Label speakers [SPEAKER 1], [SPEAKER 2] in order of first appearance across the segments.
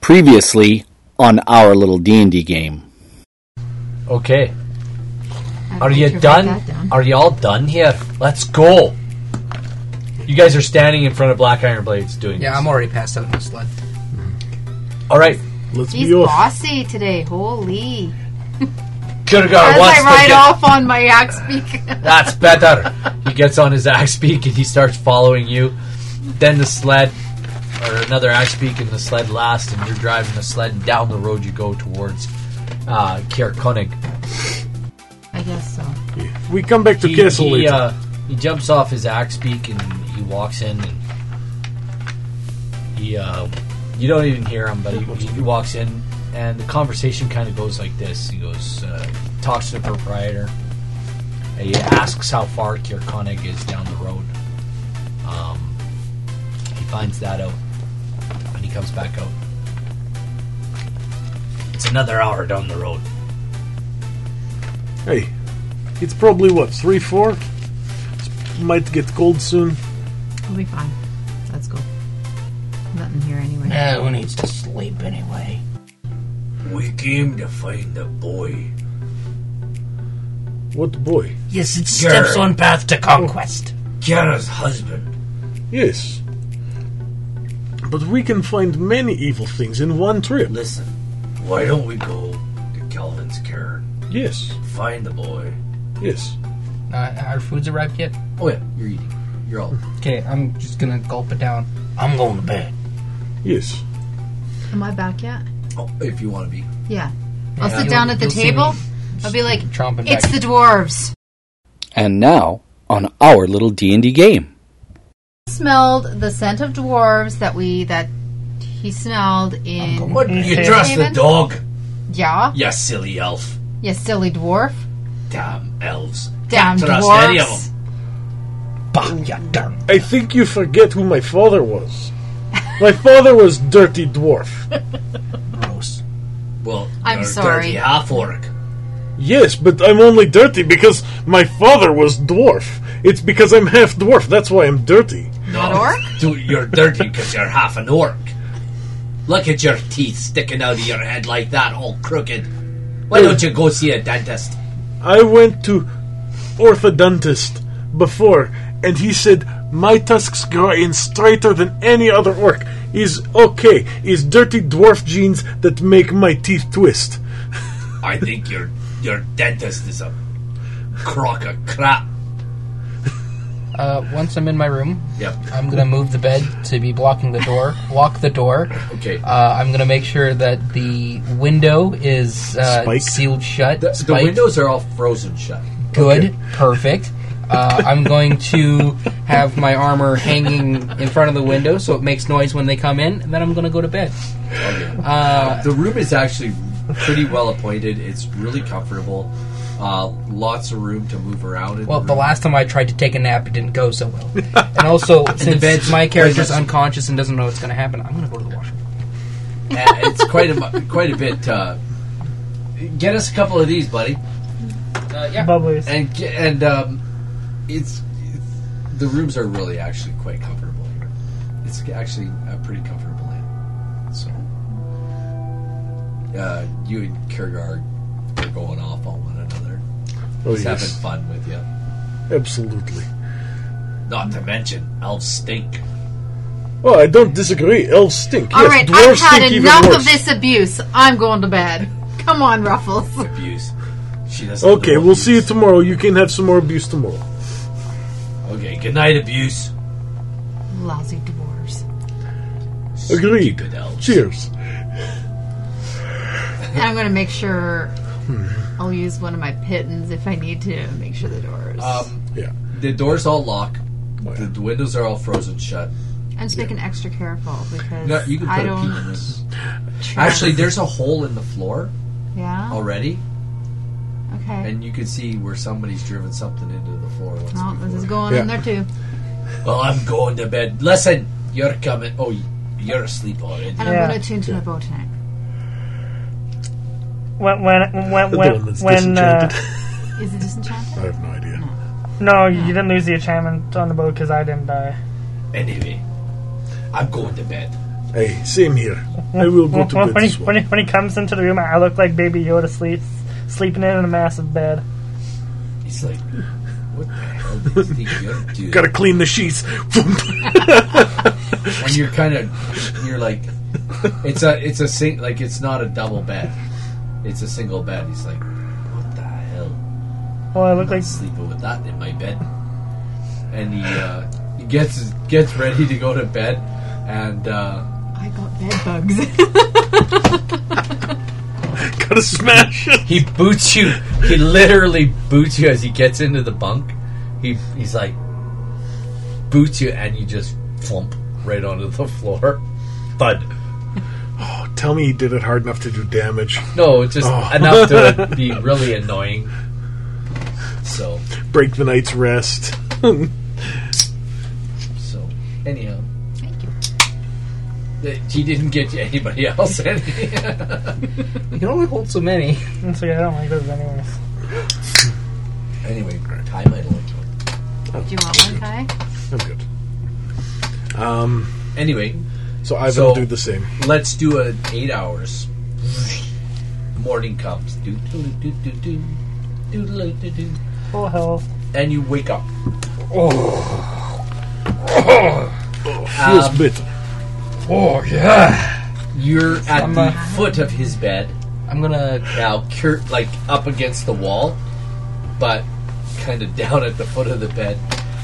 [SPEAKER 1] previously on our little D&D game.
[SPEAKER 2] Okay.
[SPEAKER 3] I
[SPEAKER 2] Are
[SPEAKER 3] don't
[SPEAKER 2] you
[SPEAKER 3] think I
[SPEAKER 2] done?
[SPEAKER 3] wrote that down.
[SPEAKER 2] Are you all done here? Let's go. You guys are standing in front of Black Iron Blades doing
[SPEAKER 4] Yeah,
[SPEAKER 2] this.
[SPEAKER 4] I'm already passed out in the sled.
[SPEAKER 2] All right.
[SPEAKER 5] Let's
[SPEAKER 3] He's
[SPEAKER 5] be off.
[SPEAKER 3] bossy today. Holy.
[SPEAKER 2] Kurgar
[SPEAKER 3] As
[SPEAKER 2] wants
[SPEAKER 3] I
[SPEAKER 2] to
[SPEAKER 3] ride
[SPEAKER 2] get-
[SPEAKER 3] off on my axe beak.
[SPEAKER 2] That's better. he gets on his axe beak and he starts following you. Then the sled, or another axe beak, and the sled last, and you're driving the sled and down the road you go towards uh, Kier Koenig.
[SPEAKER 3] I guess so.
[SPEAKER 5] We come back to
[SPEAKER 2] He,
[SPEAKER 5] castle
[SPEAKER 2] he,
[SPEAKER 5] later.
[SPEAKER 2] uh, he jumps off his axe beak and he walks in. And he, uh, you don't even hear him, but he, he walks in, and the conversation kind of goes like this. He goes, uh, talks to the proprietor. and He asks how far Kierkonig is down the road. Um, he finds that out, and he comes back out. It's another hour down the road.
[SPEAKER 5] hey, it's probably what three, four. It's- Might get cold soon.
[SPEAKER 3] We'll be fine. Let's go. Nothing here anyway.
[SPEAKER 4] Yeah, who needs to sleep anyway?
[SPEAKER 2] We came to find the boy.
[SPEAKER 5] What boy?
[SPEAKER 4] Yes, it steps on path to conquest.
[SPEAKER 2] Kiara's husband.
[SPEAKER 5] Yes. But we can find many evil things in one trip.
[SPEAKER 2] Listen, why don't we go to Calvin's Cairn,
[SPEAKER 5] Yes,
[SPEAKER 2] find the boy?
[SPEAKER 5] yes.
[SPEAKER 4] Uh, our food's arrived yet?
[SPEAKER 2] Oh yeah, you're eating. You're all.
[SPEAKER 4] Okay, I'm just gonna gulp it down. I'm going to bed.
[SPEAKER 5] Yes.
[SPEAKER 3] Am I back yet?
[SPEAKER 2] Oh, if you want to be.
[SPEAKER 3] Yeah. I'll
[SPEAKER 4] Yeah.
[SPEAKER 3] sit down at the
[SPEAKER 4] You'll- you'll see
[SPEAKER 3] table.
[SPEAKER 4] me
[SPEAKER 3] I'll be like,
[SPEAKER 4] Tromping
[SPEAKER 3] it's
[SPEAKER 4] back.
[SPEAKER 3] the dwarves.
[SPEAKER 1] And now on our little D&D game.
[SPEAKER 3] Smelled the scent of dwarves that we that he smelled in.
[SPEAKER 2] What? You trust the
[SPEAKER 3] Raven?
[SPEAKER 2] dog?
[SPEAKER 3] Yeah.
[SPEAKER 2] You silly elf.
[SPEAKER 3] You silly dwarf.
[SPEAKER 2] Damn elves.
[SPEAKER 3] Damn
[SPEAKER 2] Trust
[SPEAKER 3] dwarves.
[SPEAKER 2] any of 'em.
[SPEAKER 4] Bah, ya darn.
[SPEAKER 5] I think you forget who my father was. My father was Dirty Dwarf.
[SPEAKER 4] Gross.
[SPEAKER 2] Well,
[SPEAKER 3] I'm
[SPEAKER 2] you're a
[SPEAKER 3] sorry.
[SPEAKER 2] Dirty half orc.
[SPEAKER 5] Yes, but I'm only dirty because my father was dwarf. It's because I'm half dwarf. That's why I'm dirty.
[SPEAKER 3] Not orc?
[SPEAKER 2] Dude, you're dirty because you're half an orc. Look at your teeth sticking out of your head like that, all crooked. Why don't you go see a dentist?
[SPEAKER 5] I went to orthodontist before, and he said my tusks grow in straighter than any other orc. Is okay. Is dirty dwarf genes that make my teeth twist.
[SPEAKER 2] I think your your dentist is a crock of crap.
[SPEAKER 4] Uh, once I'm in my room,
[SPEAKER 2] Yep.
[SPEAKER 4] I'm gonna move the bed to be blocking the door. Lock the door.
[SPEAKER 2] Okay.
[SPEAKER 4] Uh, I'm gonna make sure that the window is uh,
[SPEAKER 5] Spiked?
[SPEAKER 4] sealed shut.
[SPEAKER 2] The, the
[SPEAKER 4] spiked.
[SPEAKER 2] windows are all frozen shut.
[SPEAKER 4] Good. Perfect. Uh, I'm going to have my armor hanging in front of the window so it makes noise when they come in, and then I'm going to go to bed. Uh,
[SPEAKER 2] The room is actually pretty well appointed. It's really comfortable. Uh, lots of room to move around. In
[SPEAKER 4] well, the
[SPEAKER 2] room.
[SPEAKER 4] last time I tried to take a nap, it didn't go so well. And also, since
[SPEAKER 2] bed's
[SPEAKER 4] my character's
[SPEAKER 2] poisonous.
[SPEAKER 4] unconscious and doesn't know what's going to happen, I'm going to go to the washroom.
[SPEAKER 2] And it's quite a mu- quite a bit. Uh, get us a couple of these, buddy,
[SPEAKER 4] Uh, yeah.
[SPEAKER 6] Bubblers.
[SPEAKER 2] and ge- and um, it's, it's the rooms are really actually quite comfortable here. It's actually a pretty comfortable inn. So, uh, you and Kurgar are going off on one another.
[SPEAKER 5] Oh
[SPEAKER 2] He's having
[SPEAKER 5] yes,
[SPEAKER 2] fun with you.
[SPEAKER 5] absolutely.
[SPEAKER 2] Not to mention, elves stink.
[SPEAKER 5] Oh, I don't disagree. Elves stink.
[SPEAKER 3] All
[SPEAKER 5] yes,
[SPEAKER 3] right, I've
[SPEAKER 5] dwarves
[SPEAKER 3] had
[SPEAKER 5] stink even
[SPEAKER 3] enough of
[SPEAKER 5] worse.
[SPEAKER 3] this abuse. I'm going to bed. Come on, Ruffles.
[SPEAKER 2] Abuse. She doesn't.
[SPEAKER 5] Okay,
[SPEAKER 2] know
[SPEAKER 5] we'll see you
[SPEAKER 2] abuse.
[SPEAKER 5] tomorrow. You can have some more abuse tomorrow.
[SPEAKER 2] Okay, good night, abuse.
[SPEAKER 3] Lousy dwarves.
[SPEAKER 5] Agreed.
[SPEAKER 2] Stupid elves.
[SPEAKER 5] Cheers.
[SPEAKER 3] And I'm going to make sure
[SPEAKER 5] Hmm.
[SPEAKER 3] I'll use one of my pittons if I need to make sure the door is.
[SPEAKER 2] Um,
[SPEAKER 5] Yeah.
[SPEAKER 2] the doors all lock. The, the windows are all frozen shut.
[SPEAKER 3] I'm just making extra careful because
[SPEAKER 2] No, you can
[SPEAKER 3] I
[SPEAKER 2] put a
[SPEAKER 3] don't.
[SPEAKER 2] peek in this.
[SPEAKER 3] trust-
[SPEAKER 2] Actually, there's a hole in the floor
[SPEAKER 3] yeah.
[SPEAKER 2] already,
[SPEAKER 3] Okay.
[SPEAKER 2] and you can see where somebody's driven something into the floor. Once
[SPEAKER 3] Oh, this is
[SPEAKER 2] before.
[SPEAKER 3] going in
[SPEAKER 5] Yeah.
[SPEAKER 3] there too.
[SPEAKER 2] well, I'm going to bed. Listen, you're coming. Oh, you're asleep already.
[SPEAKER 3] And
[SPEAKER 6] Yeah.
[SPEAKER 3] I'm going to tune to my bow tonight.
[SPEAKER 6] When when when
[SPEAKER 5] The
[SPEAKER 6] when,
[SPEAKER 5] diamond's
[SPEAKER 6] when uh,
[SPEAKER 3] Is it disenchanted?
[SPEAKER 5] I have no idea.
[SPEAKER 6] no, you didn't lose the enchantment on the boat because I didn't die.
[SPEAKER 2] Anyway, I'm going to bed.
[SPEAKER 5] Hey, same here. I will go to
[SPEAKER 6] when,
[SPEAKER 5] bed
[SPEAKER 6] when,
[SPEAKER 5] as
[SPEAKER 6] he, when,
[SPEAKER 5] well.
[SPEAKER 6] he, when he comes into the room, I look like Baby Yoda sleeps, sleeping in a massive bed.
[SPEAKER 4] He's like, what the hell does the Yoda do?
[SPEAKER 5] Gotta clean the sheets.
[SPEAKER 7] and you're kind of you're like it's a it's a sing like it's not a double bed it's a single bed he's like what the hell
[SPEAKER 6] Well, I
[SPEAKER 7] i'm
[SPEAKER 6] look
[SPEAKER 7] not
[SPEAKER 6] like
[SPEAKER 7] sleeping with that in my bed and he uh he gets gets ready to go to bed and uh
[SPEAKER 3] I got bed bugs.
[SPEAKER 5] Gotta smash it.
[SPEAKER 7] he boots you he literally boots you as he gets into the bunk he he's like boots you and you just flump right onto the floor thud
[SPEAKER 5] Tell me he did it hard enough to do damage.
[SPEAKER 7] No, it's just
[SPEAKER 5] Oh.
[SPEAKER 7] enough to be really annoying. So,
[SPEAKER 5] Break the night's rest.
[SPEAKER 7] so anyhow. Thank you. He didn't get you anybody else any.
[SPEAKER 4] You can only hold so many.
[SPEAKER 6] so yeah, I don't like those anyways.
[SPEAKER 7] anyway, Ty might like one.
[SPEAKER 3] Do you want one, Kai?
[SPEAKER 5] I'm good. Um,
[SPEAKER 7] Anyway,
[SPEAKER 5] so I
[SPEAKER 7] So-
[SPEAKER 5] will do the same.
[SPEAKER 7] let's do an eight hours. Morning comes. Do do do do do do do do.
[SPEAKER 6] Full health.
[SPEAKER 7] And you wake up.
[SPEAKER 5] Feels bitter.
[SPEAKER 4] Oh, yeah.
[SPEAKER 7] You're at
[SPEAKER 4] I'm,
[SPEAKER 7] the
[SPEAKER 4] uh,
[SPEAKER 7] foot of his bed.
[SPEAKER 4] I'm gonna.
[SPEAKER 7] now cur- like up against the wall but kind of down at the foot of the bed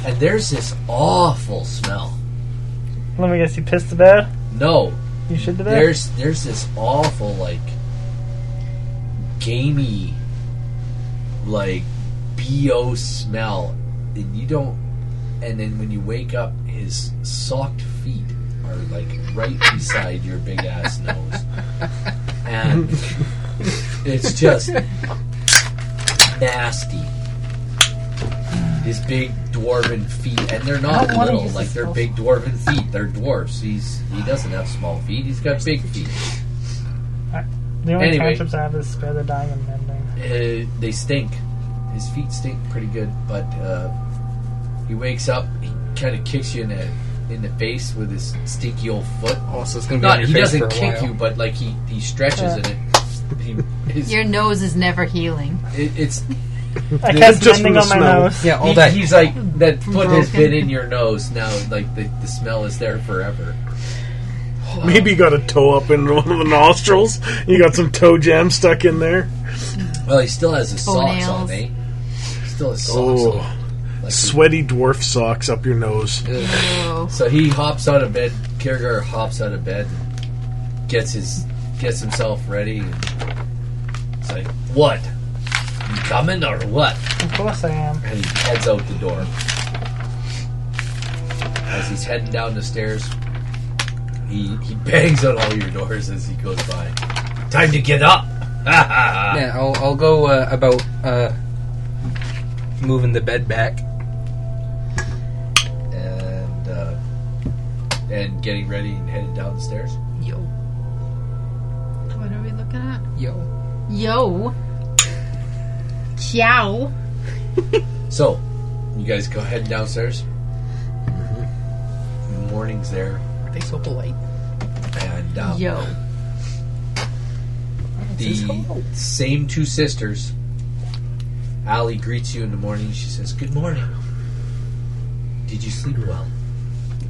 [SPEAKER 7] and there's this awful smell
[SPEAKER 6] Let me guess, you pissed the bed?
[SPEAKER 7] no
[SPEAKER 6] You shit the bed?
[SPEAKER 7] there's there's this awful like gamey like bo smell and you don't and then when you wake up his socked feet are like right beside your big ass nose and it's just nasty his big dwarven feet and they're not
[SPEAKER 3] I don't wanna
[SPEAKER 7] little
[SPEAKER 3] use
[SPEAKER 7] like
[SPEAKER 3] this
[SPEAKER 7] they're
[SPEAKER 3] spell.
[SPEAKER 7] big dwarven feet they're dwarfs he's he doesn't have small feet he's got big feet
[SPEAKER 6] the only
[SPEAKER 7] anyway.
[SPEAKER 6] cantrips I have is spare the dying and mending.
[SPEAKER 7] uh, they stink. His feet stink pretty good, but uh, he wakes up. He kind of kicks you in the in the face with his stinky old foot.
[SPEAKER 4] Oh, so it's gonna be on
[SPEAKER 7] Not
[SPEAKER 4] your
[SPEAKER 7] he
[SPEAKER 4] face
[SPEAKER 7] doesn't
[SPEAKER 4] for a
[SPEAKER 7] kick
[SPEAKER 4] while.
[SPEAKER 7] you, but like he he stretches
[SPEAKER 3] Uh.
[SPEAKER 7] and it. He, his,
[SPEAKER 3] Your nose is never healing.
[SPEAKER 7] it, it's
[SPEAKER 6] I
[SPEAKER 7] This
[SPEAKER 6] cast
[SPEAKER 5] is just
[SPEAKER 6] mending
[SPEAKER 5] from
[SPEAKER 6] on my
[SPEAKER 5] the smell.
[SPEAKER 6] nose.
[SPEAKER 4] Yeah, all
[SPEAKER 7] he-
[SPEAKER 4] that.
[SPEAKER 7] he's like that foot has
[SPEAKER 3] Broken.
[SPEAKER 7] been in your nose now. Like the, the smell is there forever.
[SPEAKER 5] Maybe you got a toe up in one of the nostrils. You got some toe jam stuck in there.
[SPEAKER 7] Well, he still has his socks on,
[SPEAKER 3] Toenails.
[SPEAKER 7] eh? Still has socks
[SPEAKER 5] Oh,
[SPEAKER 7] on. Like he-
[SPEAKER 5] sweaty dwarf socks up your nose.
[SPEAKER 7] Ugh.
[SPEAKER 3] Ew.
[SPEAKER 7] So he hops out of bed. Kiergar hops out of bed, gets his gets himself ready. And it's like, what? You coming or what?
[SPEAKER 6] Of course I am.
[SPEAKER 7] And he heads out the door. As he's heading down the stairs, he he bangs on all your doors as he goes by. Time to get up.
[SPEAKER 4] Yeah, I'll, I'll go uh, about uh, moving the bed back.
[SPEAKER 7] and uh, and getting ready and headed down the stairs.
[SPEAKER 4] Yo,
[SPEAKER 3] What are we looking at?
[SPEAKER 4] yo.
[SPEAKER 3] Yo. Ciao.
[SPEAKER 7] So, you guys go heading downstairs.
[SPEAKER 2] Mm-hmm.
[SPEAKER 7] Morning's there,
[SPEAKER 4] Are they so polite? Oh.
[SPEAKER 7] and um,
[SPEAKER 3] Yo.
[SPEAKER 7] the same two sisters. Allie greets you in the morning. She says, "Good morning. Did you sleep well?"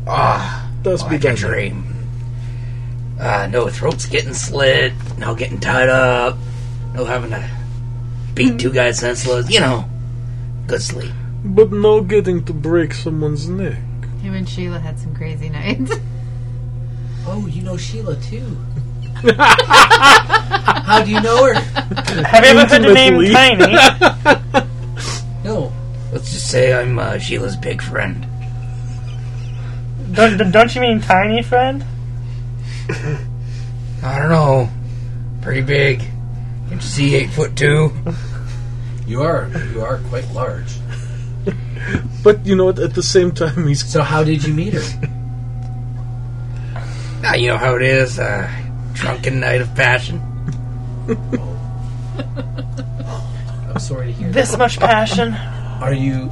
[SPEAKER 4] Ah,
[SPEAKER 5] Does be done.
[SPEAKER 4] Uh, no throat's getting slit. No getting tied up. No having to beat two guys senseless. You know, good sleep.
[SPEAKER 5] But no getting to break someone's neck.
[SPEAKER 3] Him and Sheila had some crazy nights.
[SPEAKER 7] Oh, you know Sheila too. How do you know her?
[SPEAKER 6] Have you ever heard the name
[SPEAKER 5] Intimately.
[SPEAKER 6] Tiny?
[SPEAKER 7] No.
[SPEAKER 8] Let's just say I'm uh, Sheila's big friend.
[SPEAKER 6] don't, don't you mean Tiny friend?
[SPEAKER 8] I don't know. Pretty big. Can't you see eight foot two?
[SPEAKER 7] You are you are quite large.
[SPEAKER 5] But you know what? At the same time, he's
[SPEAKER 7] So how did you meet her?
[SPEAKER 8] Ah, you know how it is. Uh, drunken night of passion.
[SPEAKER 7] I'm sorry to hear. that.
[SPEAKER 6] This much passion.
[SPEAKER 7] Are you?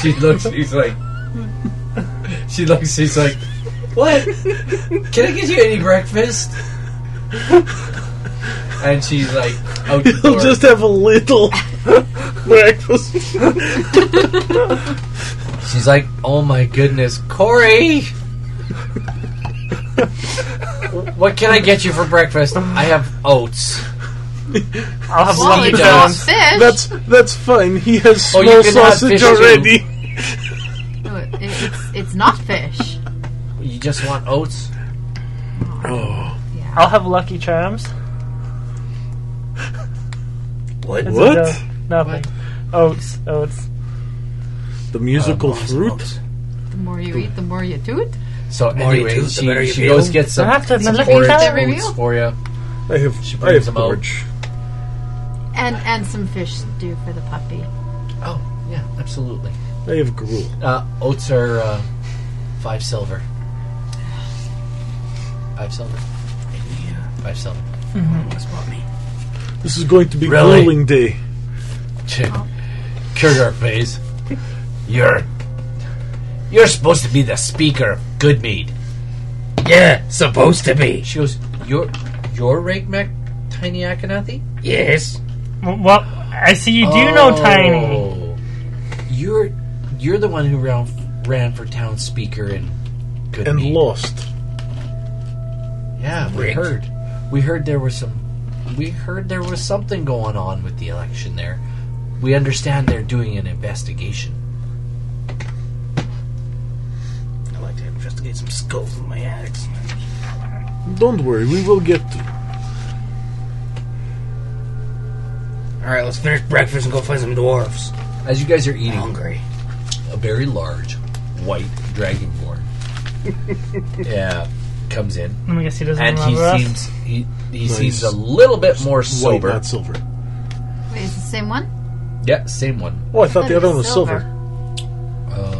[SPEAKER 7] she looks. She's like. She looks. She's like.
[SPEAKER 2] What? Can I get you any breakfast? and she's like, out the
[SPEAKER 5] He'll
[SPEAKER 2] door.
[SPEAKER 5] just have a little breakfast.
[SPEAKER 2] She's like, oh my goodness, Corey! what can I get you for breakfast? I have oats.
[SPEAKER 6] I'll have
[SPEAKER 3] Well,
[SPEAKER 6] lumpy
[SPEAKER 3] it's
[SPEAKER 2] does.
[SPEAKER 3] not
[SPEAKER 6] bones.
[SPEAKER 3] fish.
[SPEAKER 5] That's that's fine. He has
[SPEAKER 2] Oh,
[SPEAKER 5] small
[SPEAKER 2] you can have fish
[SPEAKER 5] sausage
[SPEAKER 2] too.
[SPEAKER 5] already.
[SPEAKER 3] No, it- it's, it's not fish.
[SPEAKER 2] You just want oats?
[SPEAKER 6] I'll have Lucky Charms.
[SPEAKER 4] What?
[SPEAKER 6] It's a
[SPEAKER 5] What?
[SPEAKER 6] joke. Nothing. Oats. Oats.
[SPEAKER 5] The musical
[SPEAKER 2] Uh,
[SPEAKER 5] fruit.
[SPEAKER 3] The more you eat, the more you do it.
[SPEAKER 2] So
[SPEAKER 4] more you
[SPEAKER 2] anyway,
[SPEAKER 4] do, the
[SPEAKER 2] she,
[SPEAKER 4] better you
[SPEAKER 2] she
[SPEAKER 4] feel.
[SPEAKER 2] goes gets some
[SPEAKER 6] I have to have my
[SPEAKER 2] some
[SPEAKER 6] lucky
[SPEAKER 2] porridge
[SPEAKER 6] charm.
[SPEAKER 2] oats for you.
[SPEAKER 5] I have
[SPEAKER 2] She
[SPEAKER 5] I
[SPEAKER 2] brings
[SPEAKER 5] have
[SPEAKER 2] them out.
[SPEAKER 5] porridge.
[SPEAKER 3] And and some fish stew for the puppy.
[SPEAKER 2] Oh yeah, absolutely.
[SPEAKER 5] I have gruel.
[SPEAKER 2] Uh, oats are uh, five silver. Five silver. Five silver.
[SPEAKER 5] This is going to be
[SPEAKER 2] Really?
[SPEAKER 5] grueling day.
[SPEAKER 2] Kurgar pays. You're you're supposed to be the speaker, of Goodmead.
[SPEAKER 4] Yeah, supposed to be.
[SPEAKER 2] She goes, you're you're Ragmac Tiny Akhenathi.
[SPEAKER 4] Yes.
[SPEAKER 6] Well, I see you do know
[SPEAKER 2] Oh.
[SPEAKER 6] Tiny.
[SPEAKER 2] You're you're the one who ran, ran for town speaker in Goodmead.
[SPEAKER 5] And lost.
[SPEAKER 2] Yeah, we
[SPEAKER 4] Rigged.
[SPEAKER 2] heard. We heard there was some. We heard there was something going on with the election there. We understand they're doing an investigation.
[SPEAKER 4] I like to investigate some skulls in my attics.
[SPEAKER 5] Don't worry, we will get to
[SPEAKER 4] Alright, let's finish breakfast and go find some dwarves.
[SPEAKER 2] As you guys are
[SPEAKER 4] I'm
[SPEAKER 2] eating,
[SPEAKER 4] hungry.
[SPEAKER 2] a very large white dragonborn. yeah, comes in
[SPEAKER 6] Let me guess he doesn't
[SPEAKER 2] and he
[SPEAKER 6] remember us.
[SPEAKER 2] seems he he
[SPEAKER 5] Nice.
[SPEAKER 2] seems a little bit more
[SPEAKER 5] white,
[SPEAKER 2] sober.
[SPEAKER 5] not silver.
[SPEAKER 3] Wait, is it the same one?
[SPEAKER 2] Yeah, same one.
[SPEAKER 5] Oh, I
[SPEAKER 3] That
[SPEAKER 5] thought the other
[SPEAKER 3] is
[SPEAKER 5] one was silver.
[SPEAKER 2] Um,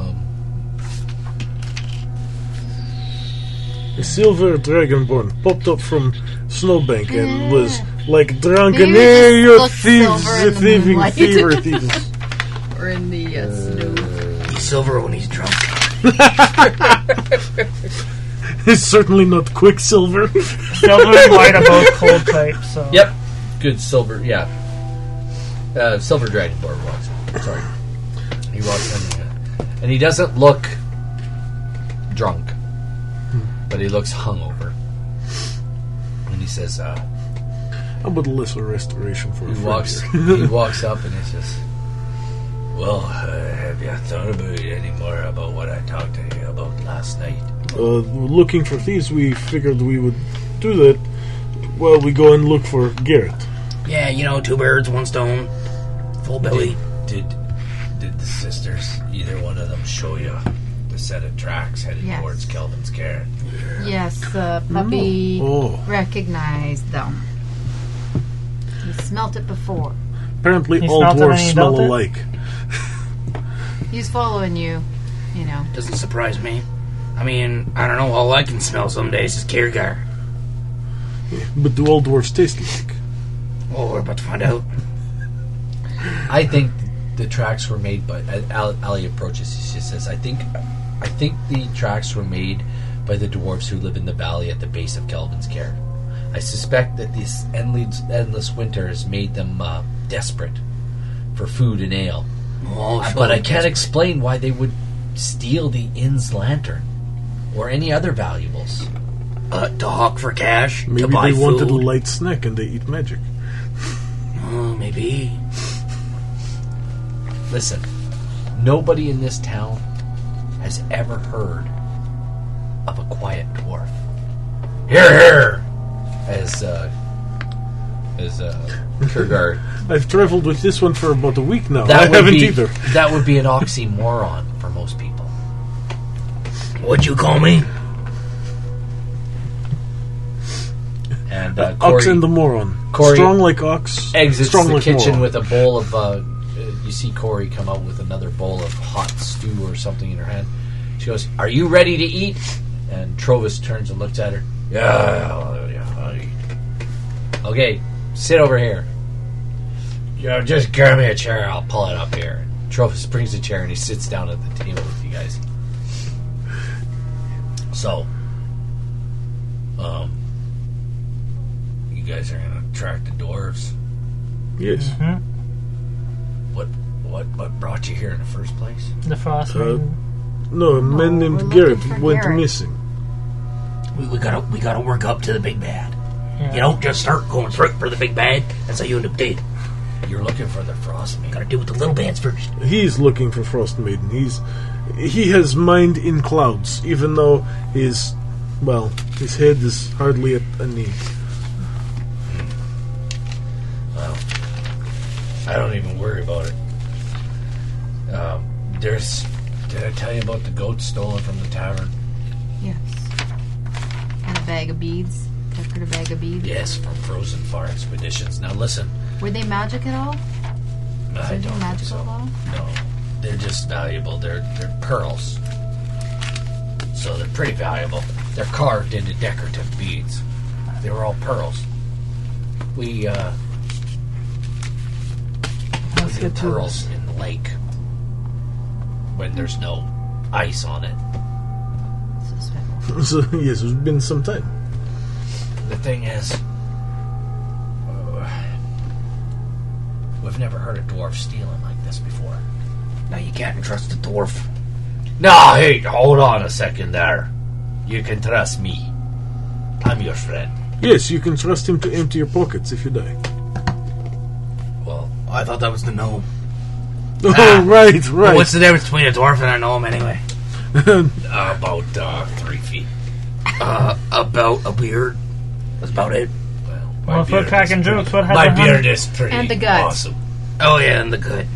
[SPEAKER 5] A silver dragonborn popped up from Snowbank and was like drunken. Hey,
[SPEAKER 3] just
[SPEAKER 5] you
[SPEAKER 3] looked
[SPEAKER 5] thieves,
[SPEAKER 3] silver in the
[SPEAKER 5] thieving,
[SPEAKER 3] moonlight."
[SPEAKER 5] thiever, thieves.
[SPEAKER 3] Or in the uh, snow?
[SPEAKER 4] He's silver when he's drunk.
[SPEAKER 5] It's certainly not Quicksilver.
[SPEAKER 6] Silver and white are both cold types, so.
[SPEAKER 2] Yep, good silver. Yeah, uh, silver dragonborn walks. in. Sorry, he walks in, uh, and he doesn't look drunk, but he looks hungover. And he says, uh,
[SPEAKER 5] How about a lesser restoration for a
[SPEAKER 2] he
[SPEAKER 5] friend
[SPEAKER 2] walks,
[SPEAKER 5] here?
[SPEAKER 2] he walks up, and he says, "Well, uh, have you thought about any more about what I talked to you about last night?"
[SPEAKER 5] uh, looking for thieves, we figured we would do that while we go and look for Garrett.
[SPEAKER 4] Yeah, you know, two birds, one stone. Full belly.
[SPEAKER 2] Did did the sisters, either one of them, show you the set of tracks headed
[SPEAKER 3] Yes.
[SPEAKER 2] towards Kelvin's care?
[SPEAKER 3] Yes, uh, puppy
[SPEAKER 5] Oh,
[SPEAKER 3] recognized them. He smelt it before.
[SPEAKER 5] apparently
[SPEAKER 6] He
[SPEAKER 5] all
[SPEAKER 6] smelled it and
[SPEAKER 5] dwarves
[SPEAKER 6] he
[SPEAKER 5] smell
[SPEAKER 6] dealt it?
[SPEAKER 5] alike.
[SPEAKER 3] He's following you. You know.
[SPEAKER 4] Doesn't surprise me. I mean, I don't know, all I can smell some days is Kiergar.
[SPEAKER 5] But do all dwarves taste alike?
[SPEAKER 4] Well, Oh, we're about to find out.
[SPEAKER 2] I think the tracks were made by uh, Al- Ali approaches. She says, "I think, I think the tracks were made by the dwarves who live in the valley at the base of Kelvin's care. I suspect that this endless, endless winter has made them uh, desperate for food and ale.
[SPEAKER 4] Oh,
[SPEAKER 2] Uh,
[SPEAKER 4] sure.
[SPEAKER 2] but I can't explain why they would steal the inn's lantern or any other valuables.
[SPEAKER 4] Uh, to hawk for cash? to
[SPEAKER 5] Maybe
[SPEAKER 4] buy
[SPEAKER 5] they wanted a
[SPEAKER 4] food.
[SPEAKER 5] light snack and they eat magic.
[SPEAKER 4] Oh, maybe.
[SPEAKER 2] Listen, nobody in this town has ever heard of a quiet dwarf."
[SPEAKER 4] Here, here!
[SPEAKER 2] as uh, as uh, Kurgar.
[SPEAKER 5] I've traveled with this one for about a week now. I
[SPEAKER 2] would
[SPEAKER 5] haven't
[SPEAKER 2] be
[SPEAKER 5] either.
[SPEAKER 2] that would be an oxymoron for most people.
[SPEAKER 4] What'd you call me?
[SPEAKER 2] And uh,
[SPEAKER 5] Ox
[SPEAKER 2] Corey
[SPEAKER 5] and the moron.
[SPEAKER 2] Corey
[SPEAKER 5] strong like ox.
[SPEAKER 2] exits
[SPEAKER 5] strong
[SPEAKER 2] the
[SPEAKER 5] like
[SPEAKER 2] kitchen
[SPEAKER 5] moron.
[SPEAKER 2] with a bowl of. Uh, uh, you see Corey come out with another bowl of hot stew or something in her hand. She goes, "Are you ready to eat?" And Trovis turns and looks at her. Yeah, yeah, I'll eat. Okay, sit over here. Yeah, just give me a chair. I'll pull it up here. Trophus brings a chair and he sits down at the table with you guys. So, Um, you guys are gonna attract the dwarves.
[SPEAKER 5] Yes.
[SPEAKER 2] What what what brought you here in the first place?
[SPEAKER 6] The Frost
[SPEAKER 5] Uh,
[SPEAKER 6] Maiden.
[SPEAKER 5] No, a man
[SPEAKER 3] Oh, we're
[SPEAKER 5] named
[SPEAKER 3] looking
[SPEAKER 5] Garrett
[SPEAKER 3] for
[SPEAKER 5] went
[SPEAKER 3] Garrett.
[SPEAKER 5] missing.
[SPEAKER 4] We, we gotta we gotta work up to the big bad.
[SPEAKER 6] Yeah.
[SPEAKER 4] You don't just start going straight for the big bad. That's how you end up dead.
[SPEAKER 2] You're looking for the frost man.
[SPEAKER 4] Gotta deal with the little bands first.
[SPEAKER 5] He's looking for Frost Maiden. He's he has mind in clouds, even though his well, his head is hardly at a knee.
[SPEAKER 2] I don't even worry about it. Um, there's did I tell you about the goat stolen from the tavern?
[SPEAKER 3] Yes. And a bag of beads. Tuckered a bag of beads.
[SPEAKER 2] Yes, from Frozen Far Expeditions. Now listen,
[SPEAKER 3] Were they magic at all?
[SPEAKER 2] I
[SPEAKER 3] Is it
[SPEAKER 2] don't think
[SPEAKER 3] magical
[SPEAKER 2] so.
[SPEAKER 3] at all?
[SPEAKER 2] No, they're just valuable. They're they're pearls, so they're pretty valuable. They're carved into decorative beads. They were all pearls. We uh, we
[SPEAKER 6] Let's
[SPEAKER 2] do
[SPEAKER 6] get to
[SPEAKER 2] pearls in the lake when there's no ice on it.
[SPEAKER 3] Suspect.
[SPEAKER 5] So yes, it's been some time.
[SPEAKER 2] The thing is, uh, we've never heard a dwarf stealing like this before.
[SPEAKER 4] Now you can't trust the dwarf.
[SPEAKER 2] No, hey, hold on a second there. You can trust me. I'm your friend.
[SPEAKER 5] Yes, you can trust him to empty your pockets if you die.
[SPEAKER 2] Well,
[SPEAKER 4] I thought that was the gnome.
[SPEAKER 5] Oh right, right.
[SPEAKER 4] Ah. What's the difference between a dwarf and a gnome anyway?
[SPEAKER 2] about uh, three feet.
[SPEAKER 4] Uh, About a beard. That's about it.
[SPEAKER 2] Well,
[SPEAKER 6] Well, if we're cracking
[SPEAKER 2] is pretty,
[SPEAKER 6] jokes, what
[SPEAKER 2] my
[SPEAKER 6] happened-
[SPEAKER 2] beard is pretty
[SPEAKER 3] And the guts.
[SPEAKER 2] awesome.
[SPEAKER 4] Oh yeah, and the gut.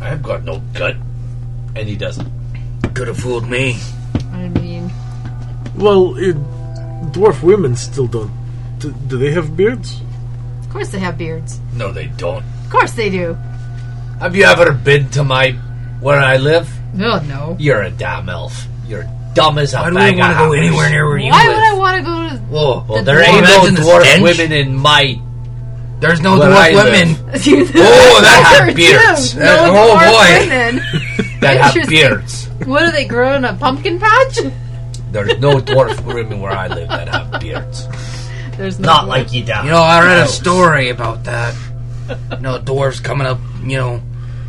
[SPEAKER 2] I've got no gut, and he doesn't.
[SPEAKER 4] Could have fooled me.
[SPEAKER 3] I mean,
[SPEAKER 5] well, it, dwarf women still don't. Do, do they have beards?
[SPEAKER 3] of course they have beards.
[SPEAKER 2] No, they don't.
[SPEAKER 3] Of course they do.
[SPEAKER 2] Have you ever been to my where I live?
[SPEAKER 3] No, no.
[SPEAKER 2] You're a damn elf. You're dumb as a
[SPEAKER 4] I
[SPEAKER 2] bag
[SPEAKER 4] don't want
[SPEAKER 2] of
[SPEAKER 4] to go
[SPEAKER 2] hours.
[SPEAKER 4] anywhere near where you
[SPEAKER 3] Why
[SPEAKER 4] live.
[SPEAKER 3] would I want to go to?
[SPEAKER 4] Whoa,
[SPEAKER 2] Well,
[SPEAKER 3] The
[SPEAKER 2] there ain't
[SPEAKER 4] dwarf-
[SPEAKER 2] no
[SPEAKER 4] Imagine the
[SPEAKER 2] dwarf
[SPEAKER 4] stench.
[SPEAKER 2] women in my.
[SPEAKER 4] there's no
[SPEAKER 2] Where I
[SPEAKER 4] dwarf
[SPEAKER 2] live.
[SPEAKER 4] women.
[SPEAKER 2] Oh, that
[SPEAKER 3] There are
[SPEAKER 2] have beards.
[SPEAKER 3] two.
[SPEAKER 4] That-
[SPEAKER 3] No
[SPEAKER 4] oh,
[SPEAKER 3] dwarf
[SPEAKER 4] boy.
[SPEAKER 3] women.
[SPEAKER 2] That have
[SPEAKER 3] Interesting.
[SPEAKER 2] beards.
[SPEAKER 3] What do they grow in a pumpkin patch?
[SPEAKER 2] There's no dwarf women where I live that have beards.
[SPEAKER 3] There's no
[SPEAKER 2] Not
[SPEAKER 3] dwarf-
[SPEAKER 2] like you down.
[SPEAKER 4] You know, I read a
[SPEAKER 2] Gross.
[SPEAKER 4] story about that. You know, dwarves coming up, you know,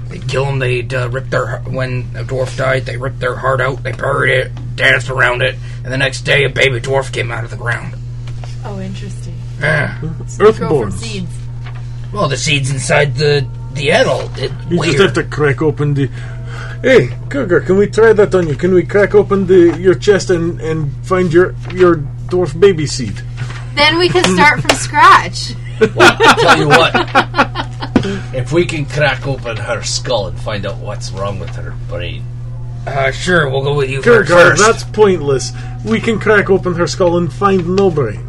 [SPEAKER 4] they'd kill them, they'd uh, rip their... When a dwarf died, they ripped their heart out, they buried it, danced around it, and the next day a baby dwarf came out of the ground.
[SPEAKER 3] Oh, interesting.
[SPEAKER 4] Yeah.
[SPEAKER 3] Grow from
[SPEAKER 5] Earthborns.
[SPEAKER 3] seeds.
[SPEAKER 4] Well, the seed's inside the the adult. It,
[SPEAKER 5] You
[SPEAKER 4] weird.
[SPEAKER 5] just have to crack open the. Hey, Kugger, can we try that on you? Can we crack open the your chest and and find your your dwarf baby seed?
[SPEAKER 3] Then we can start from scratch.
[SPEAKER 2] Tell you what, if we can crack open her skull and find out what's wrong with her brain,
[SPEAKER 4] Uh, sure, we'll go with you for
[SPEAKER 5] Kugger,
[SPEAKER 4] first.
[SPEAKER 5] that's pointless. We can crack open her skull and find no brain.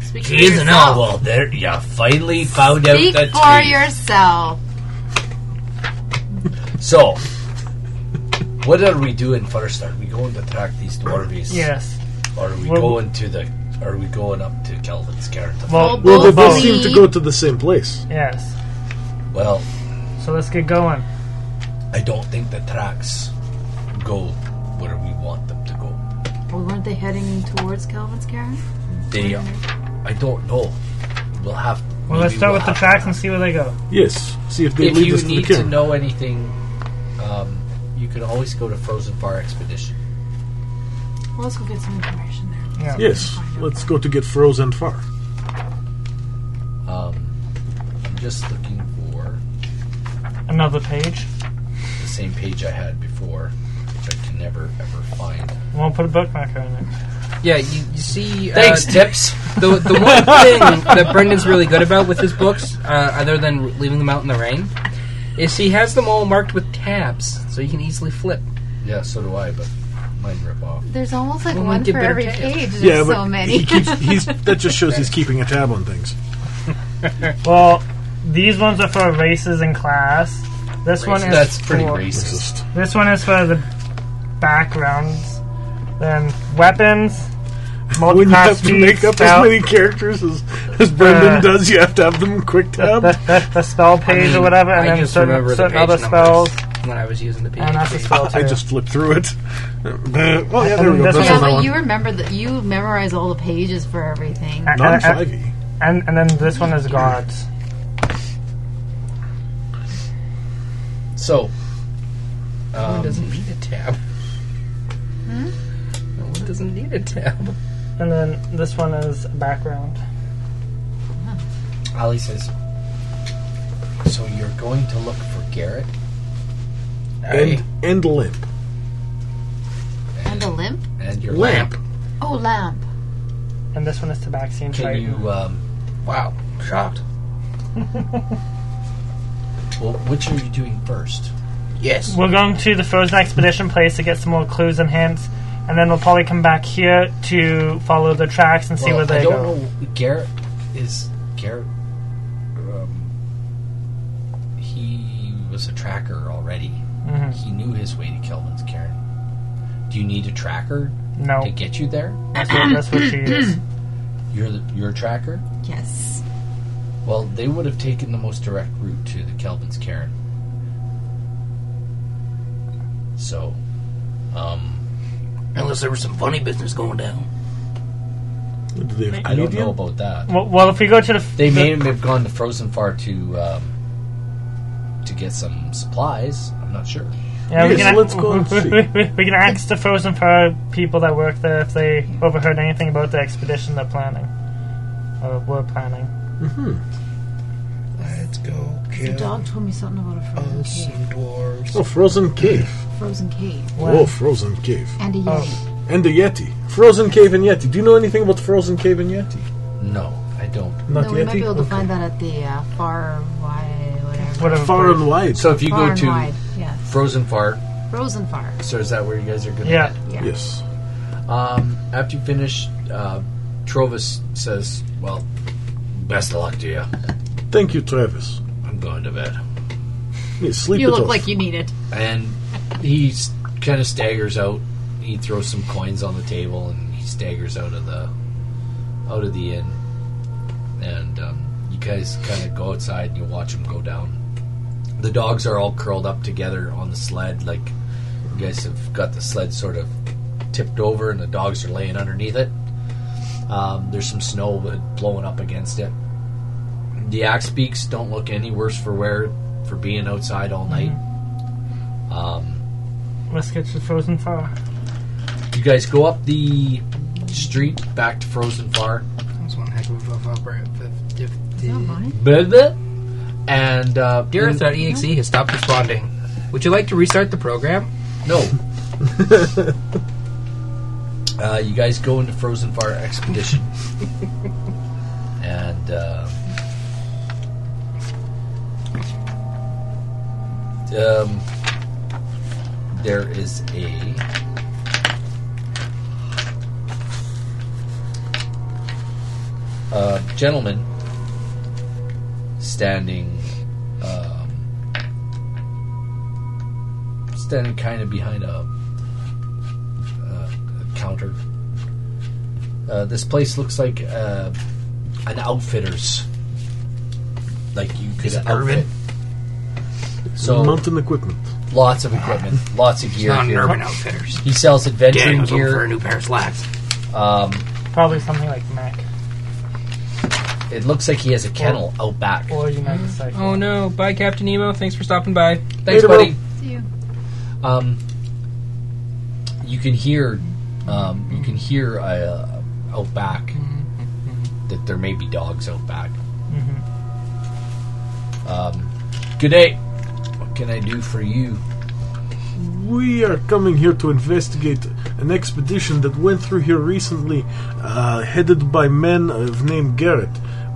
[SPEAKER 3] Speak
[SPEAKER 4] She is an
[SPEAKER 2] oh
[SPEAKER 4] elf.
[SPEAKER 2] well, there you finally found
[SPEAKER 3] Speak
[SPEAKER 2] out the
[SPEAKER 3] for
[SPEAKER 2] truth.
[SPEAKER 3] yourself.
[SPEAKER 2] So, what are we doing first? Are we going to track these dwarves?
[SPEAKER 6] Yes.
[SPEAKER 2] Or are we
[SPEAKER 6] Well-
[SPEAKER 2] going to the? Are we going up to Kelvin's character?
[SPEAKER 6] Well,
[SPEAKER 5] Well, they both
[SPEAKER 6] Both.
[SPEAKER 5] seem to go to the same place.
[SPEAKER 6] yes.
[SPEAKER 2] Well,
[SPEAKER 6] So let's get going.
[SPEAKER 2] I don't think the tracks go where we want them to go.
[SPEAKER 3] Well, weren't they heading towards Calvin's Karen?
[SPEAKER 2] They, I don't know. We'll have.
[SPEAKER 6] Mm-hmm. Well, let's
[SPEAKER 2] maybe
[SPEAKER 6] start
[SPEAKER 2] we'll
[SPEAKER 6] with the
[SPEAKER 2] have-
[SPEAKER 6] tracks and see where they go.
[SPEAKER 5] Yes. See if they
[SPEAKER 2] if
[SPEAKER 5] lead
[SPEAKER 2] you
[SPEAKER 5] us to the
[SPEAKER 2] need to
[SPEAKER 5] cavern.
[SPEAKER 2] know anything, um, you can always go to Frozen Fire Expedition.
[SPEAKER 3] Well, let's go get some information there.
[SPEAKER 6] Yeah.
[SPEAKER 5] Yes. Let's go to get frozen far.
[SPEAKER 2] Um, I'm just looking for
[SPEAKER 6] Another page.
[SPEAKER 2] the same page I had before, which I can never ever find.
[SPEAKER 6] We won't put a bookmarker in it.
[SPEAKER 7] Yeah, you, you see. Uh,
[SPEAKER 2] Tips.
[SPEAKER 7] the, the one thing that Brendan's really good about with his books, uh, other than leaving them out in the rain, is he has them all marked with tabs, so you can easily flip.
[SPEAKER 2] Yeah, so do I, but mine rip off.
[SPEAKER 3] There's almost like
[SPEAKER 7] Well, we'll
[SPEAKER 3] one
[SPEAKER 7] get
[SPEAKER 3] for
[SPEAKER 7] better
[SPEAKER 3] every
[SPEAKER 7] taste.
[SPEAKER 3] page. There's
[SPEAKER 5] yeah, but
[SPEAKER 3] so many.
[SPEAKER 5] he keeps. He's that just shows he's keeping a tab on things.
[SPEAKER 6] Well, these ones are for races and class. This one is
[SPEAKER 2] That's pretty
[SPEAKER 6] for,
[SPEAKER 5] It's
[SPEAKER 2] racist.
[SPEAKER 5] just-
[SPEAKER 6] This one is for the backgrounds. Then weapons.
[SPEAKER 5] When you
[SPEAKER 6] Multi-class
[SPEAKER 5] have to make up as
[SPEAKER 6] spell,
[SPEAKER 5] many characters as, as Brendan
[SPEAKER 6] Uh,
[SPEAKER 5] does, you have to have them quick
[SPEAKER 6] the,
[SPEAKER 5] tab.
[SPEAKER 6] the, the spell page or whatever, and
[SPEAKER 7] I
[SPEAKER 6] then
[SPEAKER 7] just
[SPEAKER 6] certain,
[SPEAKER 7] remember the
[SPEAKER 6] certain
[SPEAKER 7] page
[SPEAKER 6] other
[SPEAKER 7] numbers.
[SPEAKER 6] spells.
[SPEAKER 7] when I was using the
[SPEAKER 6] And that's a
[SPEAKER 7] PhD.
[SPEAKER 6] spell too.
[SPEAKER 5] I just flipped through it. Oh yeah, there we go.
[SPEAKER 6] That's
[SPEAKER 5] That's
[SPEAKER 3] Yeah,
[SPEAKER 5] another
[SPEAKER 3] but
[SPEAKER 5] one.
[SPEAKER 3] you remember that you memorize all the pages for everything.
[SPEAKER 6] And-
[SPEAKER 5] Non
[SPEAKER 6] and-
[SPEAKER 5] five
[SPEAKER 6] and,
[SPEAKER 5] E.
[SPEAKER 6] and, and then this one is gods.
[SPEAKER 2] So,
[SPEAKER 7] One doesn't need a tab. No one doesn't need a tab.
[SPEAKER 6] And then this one is background.
[SPEAKER 2] Ali says, "So you're going to look for Garrett?
[SPEAKER 5] And and limp.
[SPEAKER 3] And a limp?
[SPEAKER 2] And your
[SPEAKER 5] Lamp.
[SPEAKER 3] Oh, lamp.
[SPEAKER 6] And this one is
[SPEAKER 2] Can
[SPEAKER 6] Tabaxian Triton.
[SPEAKER 7] uh,
[SPEAKER 2] you? Um,
[SPEAKER 4] Wow, shocked.
[SPEAKER 2] well, which are you doing first?
[SPEAKER 4] Yes.
[SPEAKER 6] We're going to the Frozen Expedition place to get some more clues and hints. And then we'll probably come back here to follow the tracks and see
[SPEAKER 2] Well,
[SPEAKER 6] where they
[SPEAKER 2] I don't
[SPEAKER 6] go.
[SPEAKER 2] know. Garrett is Garrett. Um, he was a tracker already.
[SPEAKER 6] Mhm.
[SPEAKER 2] He knew his way to Kelvin's Cairn. Do you need a tracker
[SPEAKER 6] No,
[SPEAKER 2] to get you there?
[SPEAKER 6] that's what, that's what she is.
[SPEAKER 2] You're the, you're a tracker.
[SPEAKER 3] Yes.
[SPEAKER 2] Well, they would have taken the most direct route to the Kelvin's Cairn. So, um,
[SPEAKER 4] Unless there was some funny business going down.
[SPEAKER 5] Do they have
[SPEAKER 2] I don't
[SPEAKER 5] comedian?
[SPEAKER 2] know about that.
[SPEAKER 6] Well, well, if we go to the f-
[SPEAKER 2] They
[SPEAKER 6] the-
[SPEAKER 2] may have gone to Frozen Far to um, to get some supplies. I'm not sure.
[SPEAKER 6] yeah, we
[SPEAKER 5] Yes,
[SPEAKER 6] can a-
[SPEAKER 5] let's go and
[SPEAKER 6] we,
[SPEAKER 5] see.
[SPEAKER 6] we- we- we can ask the Frozen Fire people that work there if they overheard anything about the expedition they're planning or were planning.
[SPEAKER 4] Let's go
[SPEAKER 3] The dog told me something about a frozen cave.
[SPEAKER 4] dwarves.
[SPEAKER 5] Oh, frozen cave.
[SPEAKER 3] Frozen cave.
[SPEAKER 5] Oh, frozen cave.
[SPEAKER 3] And a yeti.
[SPEAKER 5] And the Yeti. Frozen cave and Yeti. Do you know anything about frozen cave and Yeti?
[SPEAKER 2] No, I don't.
[SPEAKER 5] Not
[SPEAKER 3] no,
[SPEAKER 5] Yeti.
[SPEAKER 3] we might be able to
[SPEAKER 5] Okay.
[SPEAKER 3] find that at the uh, far wide, whatever.
[SPEAKER 6] Whatever.
[SPEAKER 5] Far and wide.
[SPEAKER 2] So if you
[SPEAKER 3] far
[SPEAKER 2] go
[SPEAKER 3] and
[SPEAKER 2] to
[SPEAKER 3] wide. Yeah.
[SPEAKER 2] Frozen Far,
[SPEAKER 3] Frozen far.
[SPEAKER 2] so is that where you guys are going?
[SPEAKER 6] Yeah.
[SPEAKER 3] Yeah.
[SPEAKER 5] Yes.
[SPEAKER 2] Um, after you finish, uh, Trovis says, "Well, best of luck to you.
[SPEAKER 5] Thank you, Travis.
[SPEAKER 2] I'm going to bed."
[SPEAKER 5] Yeah, sleep
[SPEAKER 3] You
[SPEAKER 5] it
[SPEAKER 3] look
[SPEAKER 5] off.
[SPEAKER 3] like you need it.
[SPEAKER 2] and he kind of staggers out. He throws some coins on the table, and he staggers out of the out of the inn. And um, you guys kind of go outside, and you watch him go down. The dogs are all curled up together on the sled, like you guys have got the sled sort of tipped over, and the dogs are laying underneath it. Um, there's some snow blowing up against it. The axe beaks don't look any worse for wear for being outside all night. Um,
[SPEAKER 6] Let's get to the Frozen Fire.
[SPEAKER 2] You guys go up the street back to Frozen Far,
[SPEAKER 7] That was one heck of a opera.
[SPEAKER 3] Don't mind.
[SPEAKER 2] and uh,
[SPEAKER 7] Dearth.exe E has stopped responding. Would you like to restart the program?
[SPEAKER 2] no. uh, you guys go into Frozen Far expedition, and uh, um, there is a. uh, gentleman standing, um, standing kind of behind a, uh, a counter. Uh, this place looks like uh, an outfitter's. Like you could
[SPEAKER 4] it
[SPEAKER 2] outfit. So
[SPEAKER 5] Mountain equipment.
[SPEAKER 2] lots of equipment, lots of gear.
[SPEAKER 4] Not an
[SPEAKER 2] here.
[SPEAKER 4] urban outfitters.
[SPEAKER 2] He sells
[SPEAKER 4] Danny
[SPEAKER 2] adventuring
[SPEAKER 4] was looking for a
[SPEAKER 2] gear.
[SPEAKER 4] new pair of slacks.
[SPEAKER 2] Um,
[SPEAKER 6] Probably something like Mac
[SPEAKER 2] it looks like he has a kennel out back.
[SPEAKER 6] or United Cycle.
[SPEAKER 7] Oh no! Bye, Captain Nemo. Thanks for stopping by.
[SPEAKER 2] Thanks,
[SPEAKER 5] Later,
[SPEAKER 2] buddy.
[SPEAKER 5] Will.
[SPEAKER 3] See you.
[SPEAKER 2] um, you can hear um, you can hear uh, out back that there may be dogs out back. Um, good day. What can I do for you?
[SPEAKER 5] We are coming here to investigate an expedition that went through here recently, uh, headed by men of name Garrett,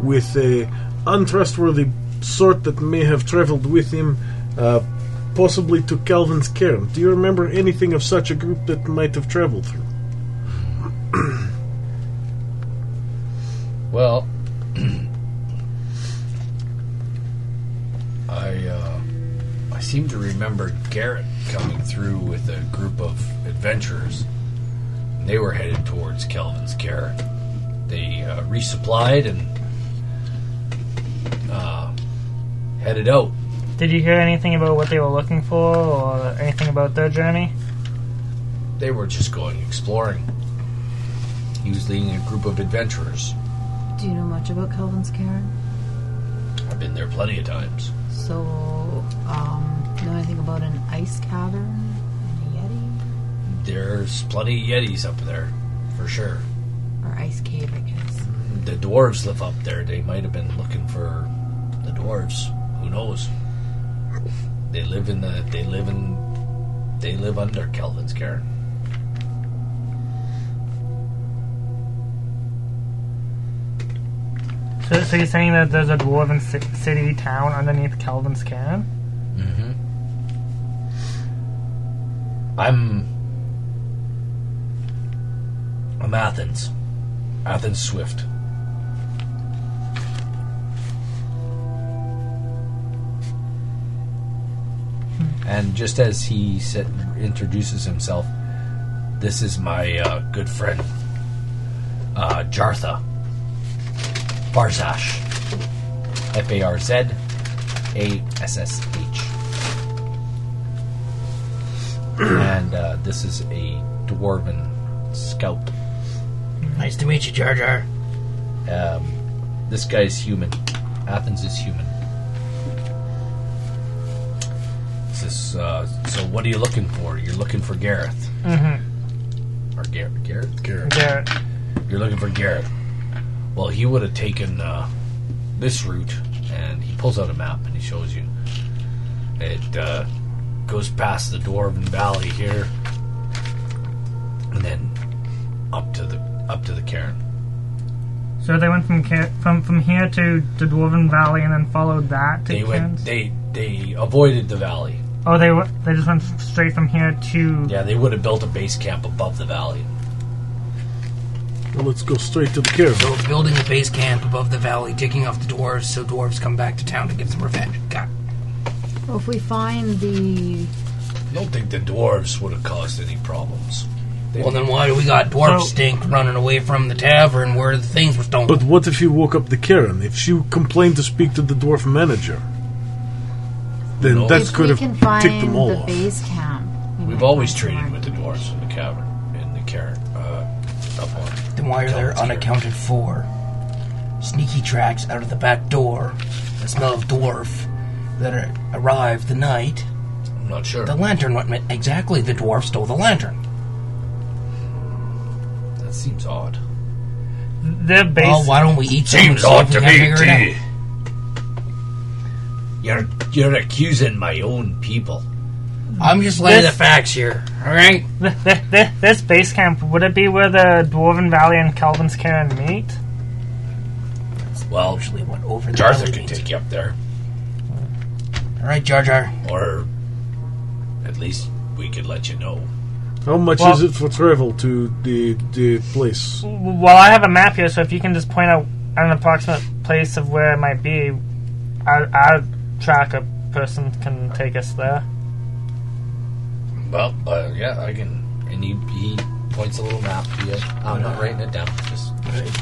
[SPEAKER 5] with a untrustworthy sort that may have traveled with him, uh, possibly to Calvin's Cairn. Do you remember anything of such a group that might have traveled through?
[SPEAKER 2] Well, I uh, I seem to remember Garrett coming through with a group of adventurers. They were headed towards Kelvin's care. They uh, resupplied and uh, headed out.
[SPEAKER 6] Did you hear anything about what they were looking for or anything about their journey?
[SPEAKER 2] They were just going exploring. He was leading a group of adventurers.
[SPEAKER 3] Do you know much about Kelvin's Karen?
[SPEAKER 2] I've been there plenty of times.
[SPEAKER 3] So, um, know anything about an ice cavern? and a
[SPEAKER 2] There's plenty of Yetis up there, for sure.
[SPEAKER 3] Yeti? Or ice cave, I guess.
[SPEAKER 2] The dwarves live up there. They might have been looking for the dwarves. Who knows? They live in the. They live in. They live under Kelvin's care.
[SPEAKER 6] So, so you're saying that there's a dwarven ci- city town underneath Calvin's Cairn?
[SPEAKER 2] Mm-hmm. I'm. I'm Athens. Athens Swift. And just as he said, introduces himself, this is my uh, good friend, uh, Jartha Barzash. F A R Z A S S H. And uh, this is a dwarven scout.
[SPEAKER 4] Nice to meet you, Jar Jar.
[SPEAKER 2] Um, this guy's human. Athens is human. This is, uh, so what are you looking for? You're looking for Gareth.
[SPEAKER 6] Mm-hmm.
[SPEAKER 2] Or Gar- Gareth? Gareth.
[SPEAKER 6] Garrett.
[SPEAKER 2] You're looking for Gareth. Well, he would have taken uh, this route, and he pulls out a map and he shows you. It uh, goes past the Dwarven Valley here, and then up to the up to the Cairn.
[SPEAKER 6] So they went from Ca- from from here to the Dwarven Valley and then followed that to
[SPEAKER 2] They went.
[SPEAKER 6] Cairns?
[SPEAKER 2] They they avoided the valley.
[SPEAKER 6] oh, they w- they just went straight from here to.
[SPEAKER 2] Yeah, they would have built a base camp above the valley.
[SPEAKER 5] Well, let's go straight to the caravan.
[SPEAKER 4] So it's building a base camp above the valley, digging off the dwarves so dwarves come back to town to get some revenge. God.
[SPEAKER 3] Well, if we find the
[SPEAKER 2] I don't think the dwarves would have caused any problems.
[SPEAKER 4] Well, then why do we got dwarf
[SPEAKER 6] So-
[SPEAKER 4] stink running away from the tavern where the things were stolen?
[SPEAKER 5] But what if he woke up the Karen? If she complained to speak to the dwarf manager, then
[SPEAKER 2] No.
[SPEAKER 5] that
[SPEAKER 3] if
[SPEAKER 5] could
[SPEAKER 3] we
[SPEAKER 5] have
[SPEAKER 3] can find
[SPEAKER 5] ticked them all
[SPEAKER 3] the
[SPEAKER 5] off.
[SPEAKER 3] base camp. we
[SPEAKER 2] We've
[SPEAKER 3] might
[SPEAKER 2] always
[SPEAKER 3] find
[SPEAKER 2] traded
[SPEAKER 3] more
[SPEAKER 2] with the dwarves in the cavern, in the Cairn, uh, up on.
[SPEAKER 4] Then why are there
[SPEAKER 2] Don't care.
[SPEAKER 4] unaccounted for? Sneaky tracks out of the back door, the smell of dwarf that are, arrived the night.
[SPEAKER 2] I'm not sure.
[SPEAKER 4] The lantern went mi- exactly. The dwarf stole the lantern.
[SPEAKER 2] That seems odd.
[SPEAKER 6] Their
[SPEAKER 2] Oh,
[SPEAKER 6] base.
[SPEAKER 4] Well, why don't we eat some and see if we can figure it out?
[SPEAKER 2] You're you're accusing my own people.
[SPEAKER 4] I'm just laying
[SPEAKER 6] This-
[SPEAKER 4] the facts here. All right.
[SPEAKER 6] Th- th- th- this base camp, would it be where the Dwarven Valley and Calvin's Cairn meet?
[SPEAKER 2] Well,
[SPEAKER 4] Actually, went over the
[SPEAKER 2] Jartha
[SPEAKER 4] valley
[SPEAKER 2] can
[SPEAKER 4] means-
[SPEAKER 2] take you up there,
[SPEAKER 4] All right, Jar Jar.
[SPEAKER 2] or at least we could let you know.
[SPEAKER 5] How much
[SPEAKER 6] Well-
[SPEAKER 5] is it for travel to the the place?
[SPEAKER 6] W- Well, I have a map here, so if you can just point out an approximate place of where it might be, our, our tracker person can take us there.
[SPEAKER 2] Well, uh, yeah, I can. And he, he points a little map to you. I'm not writing it down. Just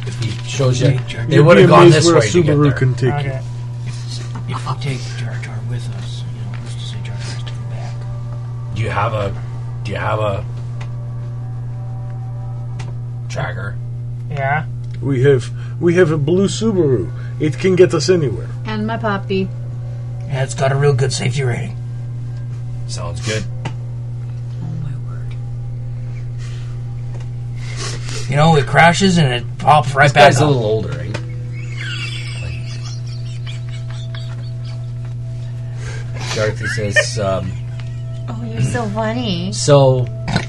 [SPEAKER 2] if he shows you, they
[SPEAKER 5] You'd
[SPEAKER 2] would
[SPEAKER 5] be
[SPEAKER 2] have gone
[SPEAKER 5] amazed
[SPEAKER 2] this
[SPEAKER 5] where a
[SPEAKER 2] way to get
[SPEAKER 5] Subaru
[SPEAKER 2] there.
[SPEAKER 5] can take you.
[SPEAKER 6] Okay.
[SPEAKER 4] If we take Jar Jar with us, you know, let's just say Jar Jar's taken back.
[SPEAKER 2] Do you have a? Do you have a tracker?
[SPEAKER 6] Yeah.
[SPEAKER 5] We have we have a blue Subaru. It can get us anywhere.
[SPEAKER 3] time. And my puppy.
[SPEAKER 4] Yeah, it's got a real good safety rating.
[SPEAKER 2] Sounds good.
[SPEAKER 3] Oh my word.
[SPEAKER 4] You know, it crashes and it pops right
[SPEAKER 2] This
[SPEAKER 4] back
[SPEAKER 2] guy's
[SPEAKER 4] up.
[SPEAKER 2] a little older, right? Dorothy says, um,
[SPEAKER 3] Oh, you're so funny.
[SPEAKER 2] "So, what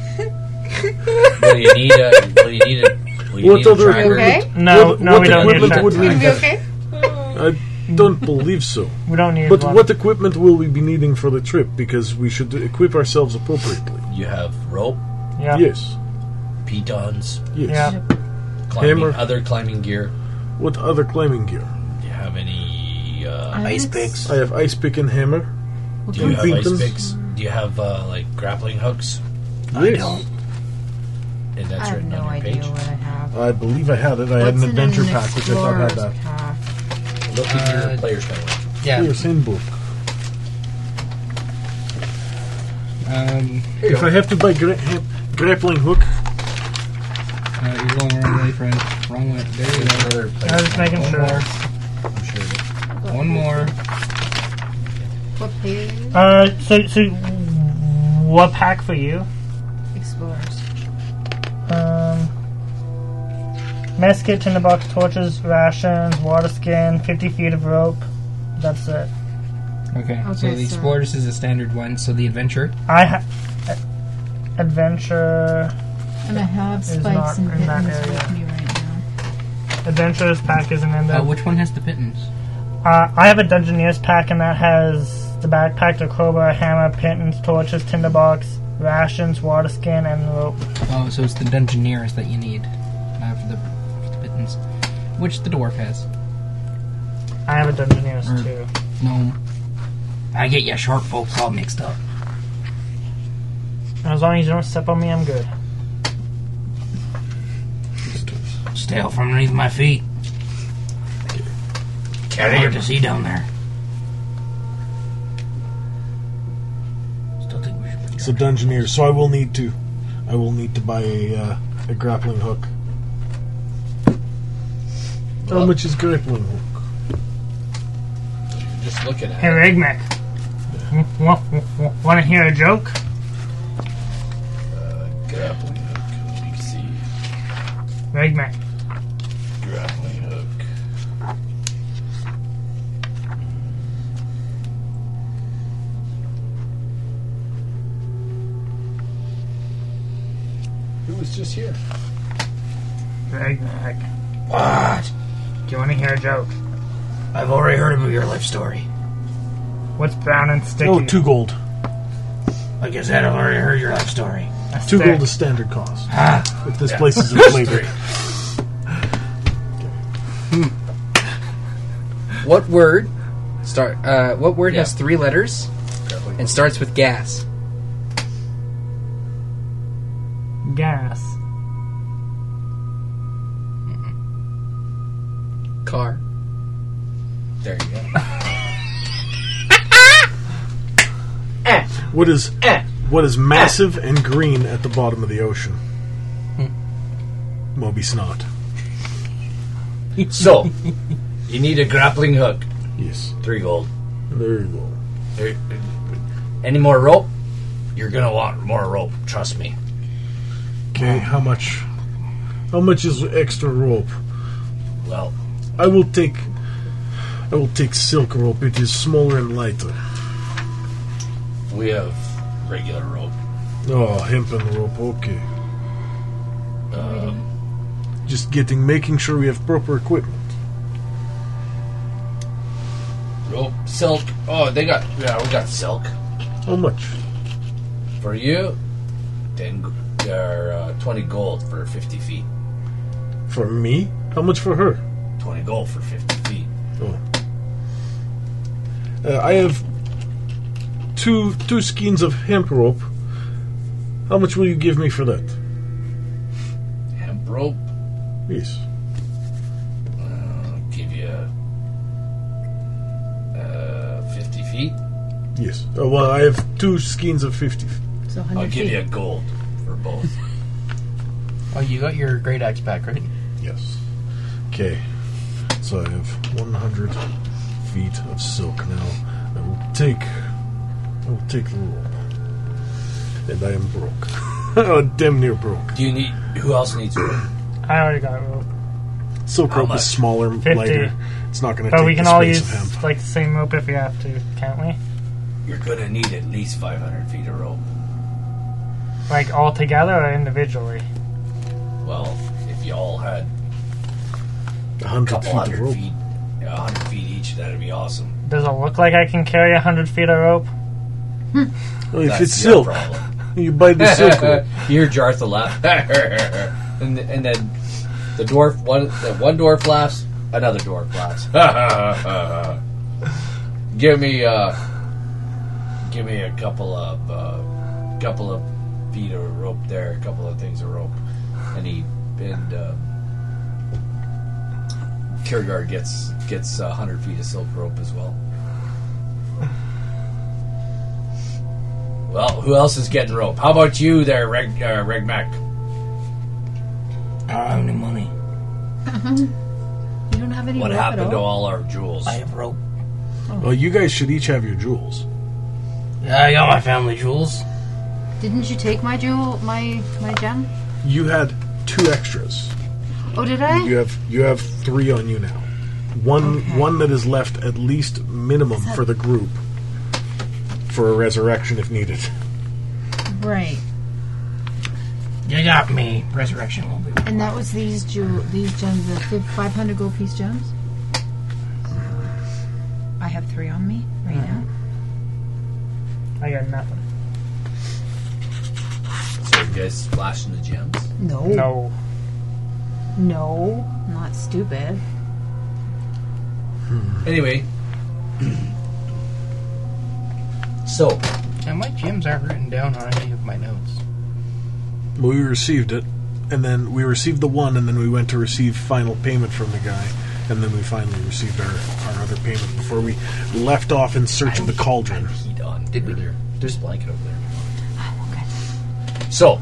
[SPEAKER 2] do you need? A, what do you need? A, what do you
[SPEAKER 5] What
[SPEAKER 2] need a
[SPEAKER 5] other-
[SPEAKER 2] tracker?
[SPEAKER 3] Okay?
[SPEAKER 6] No,
[SPEAKER 5] What-
[SPEAKER 6] no,
[SPEAKER 5] what
[SPEAKER 6] we don't need
[SPEAKER 5] equipment
[SPEAKER 6] that.
[SPEAKER 5] would we
[SPEAKER 3] Are
[SPEAKER 5] need?
[SPEAKER 3] you okay?
[SPEAKER 5] I don't believe so.
[SPEAKER 6] We don't need
[SPEAKER 5] But
[SPEAKER 6] one.
[SPEAKER 5] what equipment will we be needing for the trip? Because we should equip ourselves appropriately.
[SPEAKER 2] You have rope,
[SPEAKER 6] yeah.
[SPEAKER 5] Yes,
[SPEAKER 2] pitons,
[SPEAKER 5] yes.
[SPEAKER 6] Yeah.
[SPEAKER 2] climbing,
[SPEAKER 5] Hammer.
[SPEAKER 2] other climbing gear.
[SPEAKER 5] What other climbing gear?
[SPEAKER 2] Do you have any? Uh,
[SPEAKER 4] Ice
[SPEAKER 3] Alex?
[SPEAKER 4] picks.
[SPEAKER 5] I have ice pick and hammer.
[SPEAKER 2] do you have
[SPEAKER 5] Beacons.
[SPEAKER 2] ice picks? Do you have uh, like grappling hooks?
[SPEAKER 5] yes.
[SPEAKER 4] don't.
[SPEAKER 2] And
[SPEAKER 3] I
[SPEAKER 2] that's
[SPEAKER 3] have
[SPEAKER 2] written
[SPEAKER 3] no
[SPEAKER 2] on your
[SPEAKER 3] idea
[SPEAKER 2] page.
[SPEAKER 3] what I have.
[SPEAKER 5] I believe I had it. I had
[SPEAKER 3] What's
[SPEAKER 5] an adventure pack, which I thought had
[SPEAKER 3] explorer's
[SPEAKER 5] that.
[SPEAKER 3] pack?
[SPEAKER 2] Look in your
[SPEAKER 4] Uh,
[SPEAKER 2] player's manual.
[SPEAKER 4] Yeah.
[SPEAKER 5] Yes, handbook.
[SPEAKER 7] Um,
[SPEAKER 5] If I have to buy gra- ha- grappling hook,
[SPEAKER 7] uh, you're going the wrong way, friend. Wrong way. There you go.
[SPEAKER 2] Other place.
[SPEAKER 6] I was just making
[SPEAKER 7] One
[SPEAKER 6] sure.
[SPEAKER 7] more.
[SPEAKER 2] I'm sure. that-
[SPEAKER 7] One more.
[SPEAKER 3] What page?
[SPEAKER 6] Uh, so, so, what pack for you?
[SPEAKER 3] Explorers.
[SPEAKER 6] Um, mess kit, tinderbox, torches, rations, water skin, 50 feet of rope. That's it.
[SPEAKER 7] Okay. so
[SPEAKER 3] Okay,
[SPEAKER 7] the
[SPEAKER 3] so-
[SPEAKER 7] Explorers is a standard one. So the Adventure.
[SPEAKER 6] I ha- adventure
[SPEAKER 3] And I have
[SPEAKER 6] It's not
[SPEAKER 3] spikes and
[SPEAKER 6] in that
[SPEAKER 3] kittens
[SPEAKER 6] area.
[SPEAKER 3] with me right now.
[SPEAKER 6] adventures pack isn't in there.
[SPEAKER 7] Uh, which one has the pittance?
[SPEAKER 6] Uh, I have a Dungeoneers pack, and that has the backpack, the crowbar, hammer, pintons, torches, tinderbox, rations, water skin, and rope.
[SPEAKER 7] Oh, so it's the Dungeoneers that you need uh, for, the, for the pittance, which the dwarf has.
[SPEAKER 6] I have a Dungeoneers
[SPEAKER 7] Mm.
[SPEAKER 6] too.
[SPEAKER 7] No.
[SPEAKER 4] I get your sharp folks all mixed up.
[SPEAKER 6] And as long as you don't step on me, I'm good.
[SPEAKER 4] Stay out from underneath my feet. It's hard to see down there. Still think we should.
[SPEAKER 5] it's a dungeoneer, so I will need to, I will need to buy a, uh, a grappling hook. How much is grappling hook?
[SPEAKER 2] Just looking at
[SPEAKER 6] Hey,
[SPEAKER 2] it.
[SPEAKER 6] Rigmac. Want to hear a joke?
[SPEAKER 2] Uh, Grappling hook. Let me see.
[SPEAKER 6] Rigmac.
[SPEAKER 2] Grappling hook. Who was just here?
[SPEAKER 6] Rigmac.
[SPEAKER 4] What?
[SPEAKER 6] Do you want to hear a joke?
[SPEAKER 4] I've already heard of your life story.
[SPEAKER 6] What's brown and sticky?
[SPEAKER 5] Oh, two gold.
[SPEAKER 4] Like I said, I've already heard your life story.
[SPEAKER 6] A
[SPEAKER 5] Two
[SPEAKER 6] stick.
[SPEAKER 5] gold is standard cost.
[SPEAKER 4] Ah,
[SPEAKER 5] If this place is in flavor.
[SPEAKER 7] What word start? Uh, what word
[SPEAKER 2] Yeah.
[SPEAKER 7] has three letters and starts with gas?
[SPEAKER 6] Gas.
[SPEAKER 7] Car.
[SPEAKER 2] There you go.
[SPEAKER 5] What is what is massive and green at the bottom of the ocean? Moby snot.
[SPEAKER 2] So, you need a grappling hook.
[SPEAKER 5] Yes.
[SPEAKER 2] Three gold.
[SPEAKER 5] There you go.
[SPEAKER 2] There- Any more rope? You're gonna want more rope. Trust me.
[SPEAKER 5] Okay, how much? How much is extra rope?
[SPEAKER 2] Well,
[SPEAKER 5] I will take. I will take silk rope. It is smaller and lighter.
[SPEAKER 2] we have regular rope.
[SPEAKER 5] Oh, hempen rope. Okay.
[SPEAKER 2] Um,
[SPEAKER 5] Just getting, making sure we have proper equipment.
[SPEAKER 2] rope, silk. Oh, they got yeah, we got silk
[SPEAKER 5] How much?
[SPEAKER 2] for you. Then g- or, uh, twenty gold for fifty feet.
[SPEAKER 5] For me? How much for her?
[SPEAKER 2] Twenty gold for fifty feet.
[SPEAKER 5] Oh. Uh, I have two two skeins of hemp rope. How much will you give me for that?
[SPEAKER 2] Hemp rope.
[SPEAKER 5] Yes.
[SPEAKER 2] Uh, give you uh, fifty feet.
[SPEAKER 5] Yes. Uh, well, I have two skeins of fifty.
[SPEAKER 3] So 100
[SPEAKER 2] I'll give
[SPEAKER 3] feet.
[SPEAKER 2] you a gold for both.
[SPEAKER 7] Oh, you got your great axe back, right?
[SPEAKER 5] Yes. Okay. So I have one hundred feet of silk now. I will take. I will take the rope. And I am broke. oh, damn near broke.
[SPEAKER 2] Do you need? Who else needs rope?
[SPEAKER 6] I already got rope.
[SPEAKER 5] Silk
[SPEAKER 2] How
[SPEAKER 5] rope
[SPEAKER 2] much?
[SPEAKER 5] is smaller,
[SPEAKER 6] 50.
[SPEAKER 5] lighter. It's not going to
[SPEAKER 6] But
[SPEAKER 5] take
[SPEAKER 6] we can
[SPEAKER 5] the
[SPEAKER 6] all
[SPEAKER 5] space of hemp.
[SPEAKER 6] use like the same rope if we have to, can't we?
[SPEAKER 2] You're gonna need at least five hundred feet of rope.
[SPEAKER 6] Like all together or individually?
[SPEAKER 2] Well, if you all had
[SPEAKER 5] A
[SPEAKER 2] a
[SPEAKER 5] hundred
[SPEAKER 2] couple
[SPEAKER 5] feet of
[SPEAKER 2] hundred
[SPEAKER 5] rope.
[SPEAKER 2] feet, a hundred feet each, that'd be awesome.
[SPEAKER 6] Does it look like I can carry a hundred feet of rope?
[SPEAKER 5] Well, if
[SPEAKER 2] That's
[SPEAKER 5] it's
[SPEAKER 2] your
[SPEAKER 5] silk,
[SPEAKER 2] problem.
[SPEAKER 5] you buy the silk rope.
[SPEAKER 2] You're Jartha laugh, and and then the dwarf one the one dwarf laughs, another dwarf laughs. give me uh, give me a couple of uh, couple of feet of rope there, a couple of things of rope, and he and. Uh, Kierkegaard gets gets uh, hundred feet of silk rope as well. Well, who else is getting rope? How about you there, Reg, uh, Reg Mac?
[SPEAKER 4] I don't have any money.
[SPEAKER 3] You don't have any
[SPEAKER 2] What
[SPEAKER 3] rope at
[SPEAKER 2] happened to
[SPEAKER 3] all?
[SPEAKER 2] all our jewels?
[SPEAKER 4] I have rope.
[SPEAKER 5] Well, you guys should each have your jewels.
[SPEAKER 4] I got my family jewels.
[SPEAKER 3] Didn't you take my jewel, my my gem?
[SPEAKER 5] You had two extras.
[SPEAKER 3] Oh, did I?
[SPEAKER 5] You have you have three on you now. One
[SPEAKER 3] Okay.
[SPEAKER 5] one that is left at least minimum for the group for a resurrection if needed.
[SPEAKER 3] Right.
[SPEAKER 4] You got me. Resurrection will be.
[SPEAKER 3] And that was these jewel, these gems, the fif- 500 gold piece gems. I have three on me right now.
[SPEAKER 6] I got nothing.
[SPEAKER 2] So you guys splashing the gems?
[SPEAKER 3] No,
[SPEAKER 6] No.
[SPEAKER 3] no, not stupid.
[SPEAKER 2] Anyway. so,
[SPEAKER 4] And my gems aren't written down on any of my notes.
[SPEAKER 5] Well, we received it, and then we received the one, and then we went to receive final payment from the guy, and then we finally received our, our other payment before we left off in search of the cauldron.
[SPEAKER 2] heat on.
[SPEAKER 4] Did we-
[SPEAKER 2] earlier. There's a blanket over there.
[SPEAKER 3] Okay.
[SPEAKER 2] So,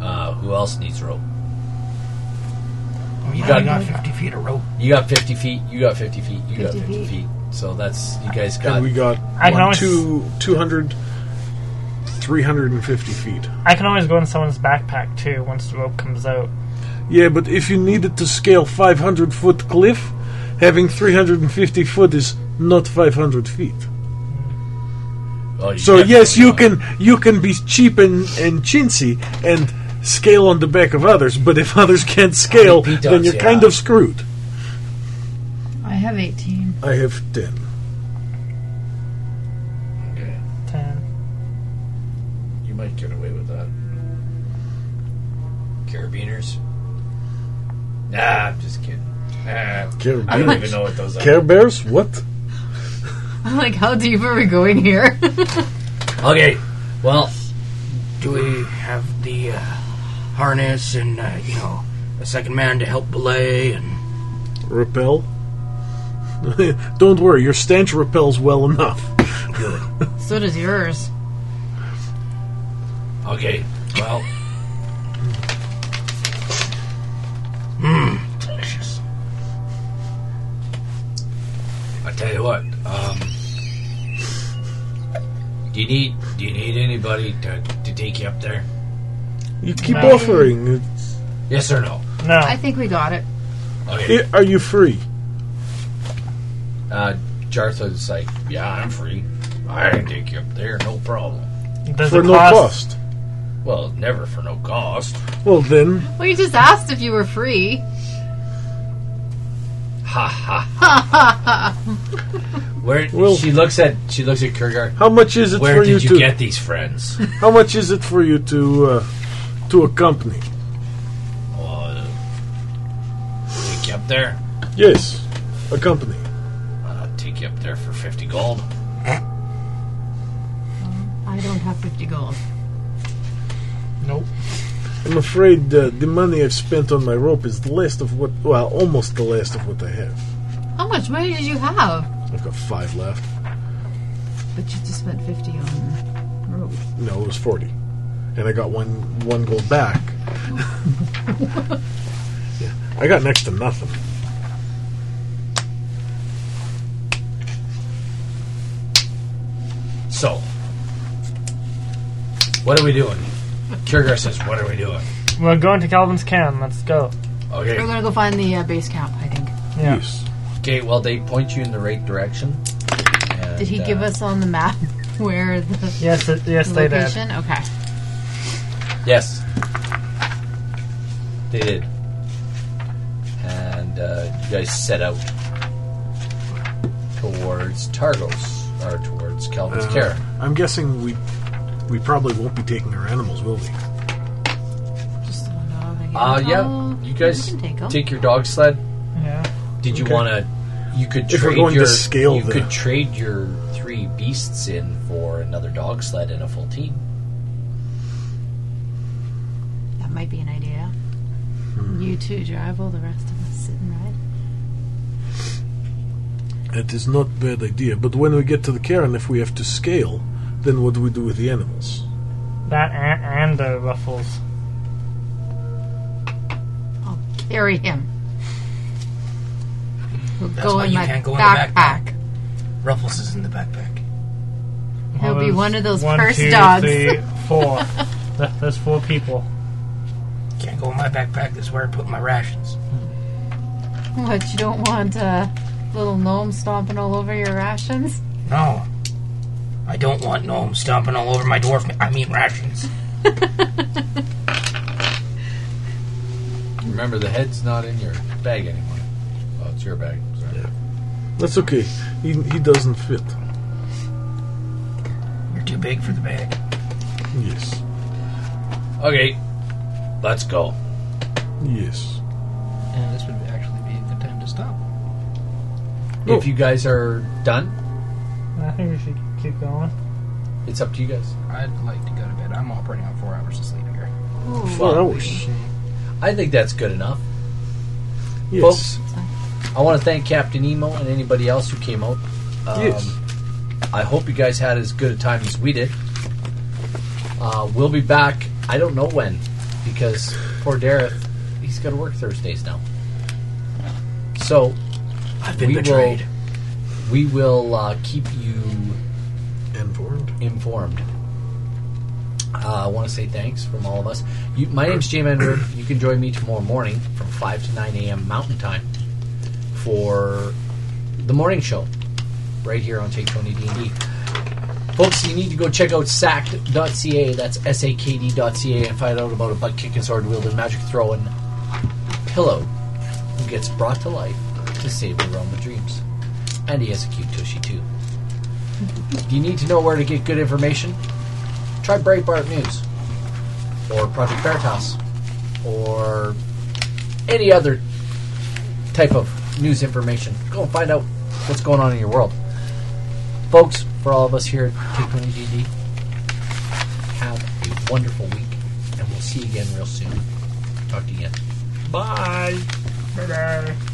[SPEAKER 2] uh, who else needs rope?
[SPEAKER 4] Oh, you
[SPEAKER 2] got-
[SPEAKER 4] got, got 50 feet of rope.
[SPEAKER 2] You got 50 feet. You got 50 feet. You got
[SPEAKER 3] 50
[SPEAKER 2] 50 feet.
[SPEAKER 3] feet.
[SPEAKER 2] So that's you guys got.
[SPEAKER 5] And we got
[SPEAKER 6] I can
[SPEAKER 5] one,
[SPEAKER 6] always-
[SPEAKER 5] two, 200, 350 feet.
[SPEAKER 6] I can always go in someone's backpack too once the rope comes out.
[SPEAKER 5] Yeah, but if you needed to scale 500 foot cliff, having 350 foot is not 500 feet.
[SPEAKER 2] well, oh, you
[SPEAKER 5] So
[SPEAKER 2] got-
[SPEAKER 5] yes, you can you can be cheap and, and chintzy and scale on the back of others, but if others can't scale,
[SPEAKER 2] Repeat
[SPEAKER 5] then
[SPEAKER 2] us,
[SPEAKER 5] you're
[SPEAKER 2] yeah.
[SPEAKER 5] kind of screwed.
[SPEAKER 3] I have 18.
[SPEAKER 5] I have 10.
[SPEAKER 2] Okay.
[SPEAKER 6] Ten.
[SPEAKER 2] You might get away with that. Carabiners? Nah, I'm just kidding. Nah,
[SPEAKER 5] Care
[SPEAKER 2] I don't
[SPEAKER 5] Bears?
[SPEAKER 2] even know what those are.
[SPEAKER 5] Care Bears? What?
[SPEAKER 3] I'm like, how deep are we going here?
[SPEAKER 2] Okay, well,
[SPEAKER 4] Do we have the uh, harness and, uh, you know, a second man to help belay and.
[SPEAKER 5] Repel? Don't worry, your stench repels well enough.
[SPEAKER 3] so does yours.
[SPEAKER 2] okay, well, Hmm.
[SPEAKER 4] Delicious.
[SPEAKER 2] I tell you what. Um, do you need Do you need anybody to, to take you up there?
[SPEAKER 5] You keep
[SPEAKER 6] No.
[SPEAKER 5] offering. It's-
[SPEAKER 2] Yes or no?
[SPEAKER 6] No.
[SPEAKER 3] I think we got it.
[SPEAKER 2] Okay.
[SPEAKER 5] i- Are you free?
[SPEAKER 2] Uh, Jartha's like, yeah, I'm free. I can take you up there, no problem.
[SPEAKER 6] Does
[SPEAKER 5] For
[SPEAKER 6] it
[SPEAKER 5] no
[SPEAKER 6] cost?
[SPEAKER 5] cost.
[SPEAKER 2] Well, never for no cost.
[SPEAKER 5] Well then,
[SPEAKER 3] Well, you just asked if you were free.
[SPEAKER 2] Ha ha ha. Where
[SPEAKER 5] Well-
[SPEAKER 2] she looks at she looks at Kurgar.
[SPEAKER 5] how much is it
[SPEAKER 2] Where
[SPEAKER 5] for you
[SPEAKER 2] did you,
[SPEAKER 5] to
[SPEAKER 2] get these friends?
[SPEAKER 5] How much is it for you to uh, to accompany?
[SPEAKER 2] uh, take you up there.
[SPEAKER 5] Yes, accompany.
[SPEAKER 2] I'll take you up there for fifty gold.
[SPEAKER 3] I don't have 50 gold.
[SPEAKER 4] Nope.
[SPEAKER 5] I'm afraid uh, the money I've spent on my rope is the last of what, well, almost the last of what I have.
[SPEAKER 3] How much money did you have?
[SPEAKER 5] I've got five left.
[SPEAKER 3] But you just spent 50 on rope.
[SPEAKER 5] No, it was forty, and I got one one gold back. yeah, I got next to nothing.
[SPEAKER 2] So, what are we doing? Kurgar says, "What are we doing?"
[SPEAKER 6] We're going to Calvin's Can. Let's go.
[SPEAKER 3] We're
[SPEAKER 2] Okay.
[SPEAKER 3] gonna go find the uh, base camp, I think.
[SPEAKER 6] Yeah.
[SPEAKER 5] Yes.
[SPEAKER 2] Okay. Well, they point you in the right direction. and,
[SPEAKER 3] Did he
[SPEAKER 2] uh,
[SPEAKER 3] give us on the map where the
[SPEAKER 6] Yes. it- Yes, they did.
[SPEAKER 3] location? Okay.
[SPEAKER 2] Yes. They did. And uh, you guys set out towards Targos, or towards Calvin's
[SPEAKER 5] Uh,
[SPEAKER 2] Care.
[SPEAKER 5] I'm guessing we we probably won't be taking our animals, will we?
[SPEAKER 3] Just don't know if I can-
[SPEAKER 2] Uh,
[SPEAKER 3] Oh,
[SPEAKER 2] yeah, you guys
[SPEAKER 3] we can take 'em.
[SPEAKER 2] take your dog sled.
[SPEAKER 6] Yeah.
[SPEAKER 2] Did you
[SPEAKER 5] Okay.
[SPEAKER 2] want to? You could
[SPEAKER 5] If we're
[SPEAKER 2] trade
[SPEAKER 5] going to
[SPEAKER 2] your
[SPEAKER 5] scale
[SPEAKER 2] you
[SPEAKER 5] the-
[SPEAKER 2] could trade your three beasts in for another dog sled and a full team.
[SPEAKER 3] That might be an idea. You two drive while the rest of us sit and ride.
[SPEAKER 5] It is not bad idea, but when we get to the cairn, if we have to scale, Then what do we do with the animals?
[SPEAKER 6] That and, and the ruffles.
[SPEAKER 3] I'll carry him. He'll go
[SPEAKER 4] why
[SPEAKER 3] in
[SPEAKER 4] you
[SPEAKER 3] my
[SPEAKER 4] can't go in the
[SPEAKER 3] backpack.
[SPEAKER 4] Ruffles is in the backpack.
[SPEAKER 3] He'll be
[SPEAKER 6] There's
[SPEAKER 3] one of those
[SPEAKER 6] one,
[SPEAKER 3] first
[SPEAKER 6] two,
[SPEAKER 3] dogs.
[SPEAKER 6] three, four. Th- There's four people.
[SPEAKER 4] Can't go in my backpack. That's where I put my rations.
[SPEAKER 3] What, you don't want a little gnome stomping all over your rations?
[SPEAKER 4] No. I don't want gnomes stomping all over my dwarf. ma- I mean rations.
[SPEAKER 2] Remember, the head's not in your bag anymore. Oh, it's your bag. Sorry.
[SPEAKER 5] That's okay. He, he doesn't fit.
[SPEAKER 4] You're too big for the bag.
[SPEAKER 5] Yes.
[SPEAKER 2] Okay, let's go.
[SPEAKER 5] Yes.
[SPEAKER 7] And this would actually be a good time to stop.
[SPEAKER 5] No.
[SPEAKER 2] If you guys are done,
[SPEAKER 6] I think we should keep going.
[SPEAKER 2] it's up to you guys.
[SPEAKER 7] I'd like to go to bed. I'm operating on four hours of sleep here.
[SPEAKER 5] Four hours.
[SPEAKER 2] I think that's good enough.
[SPEAKER 5] Yes.
[SPEAKER 2] Folks, I want to thank Captain Emo and anybody else who came out. Um,
[SPEAKER 5] Yes.
[SPEAKER 2] I hope you guys had as good a time as we did. Uh, we'll be back, I don't know when, because poor Dareth, he's got to work Thursdays now. So,
[SPEAKER 4] I've been
[SPEAKER 2] we
[SPEAKER 4] betrayed.
[SPEAKER 2] will, we will uh, keep you
[SPEAKER 5] Informed.
[SPEAKER 2] informed. Uh, I want to say thanks from all of us. You, my name's Jim Edward. You can join me tomorrow morning from 5 to 9 a.m. Mountain Time for the morning show right here on Take Tony D&D. Folks, you need to go check out sacked.ca. That's S-A-K-D.ca and find out about a butt kicking, sword wielding, magic throwing pillow who gets brought to life to save the realm of dreams. And he has a cute tushy too. Do you need to know where to get good information? Try Breitbart News, or Project Veritas, or any other type of news information. Go and find out what's going on in your world. Folks, for all of us here at Take One DD, have a wonderful week, and we'll see you again real soon. Talk to you again.
[SPEAKER 6] Bye. Bye.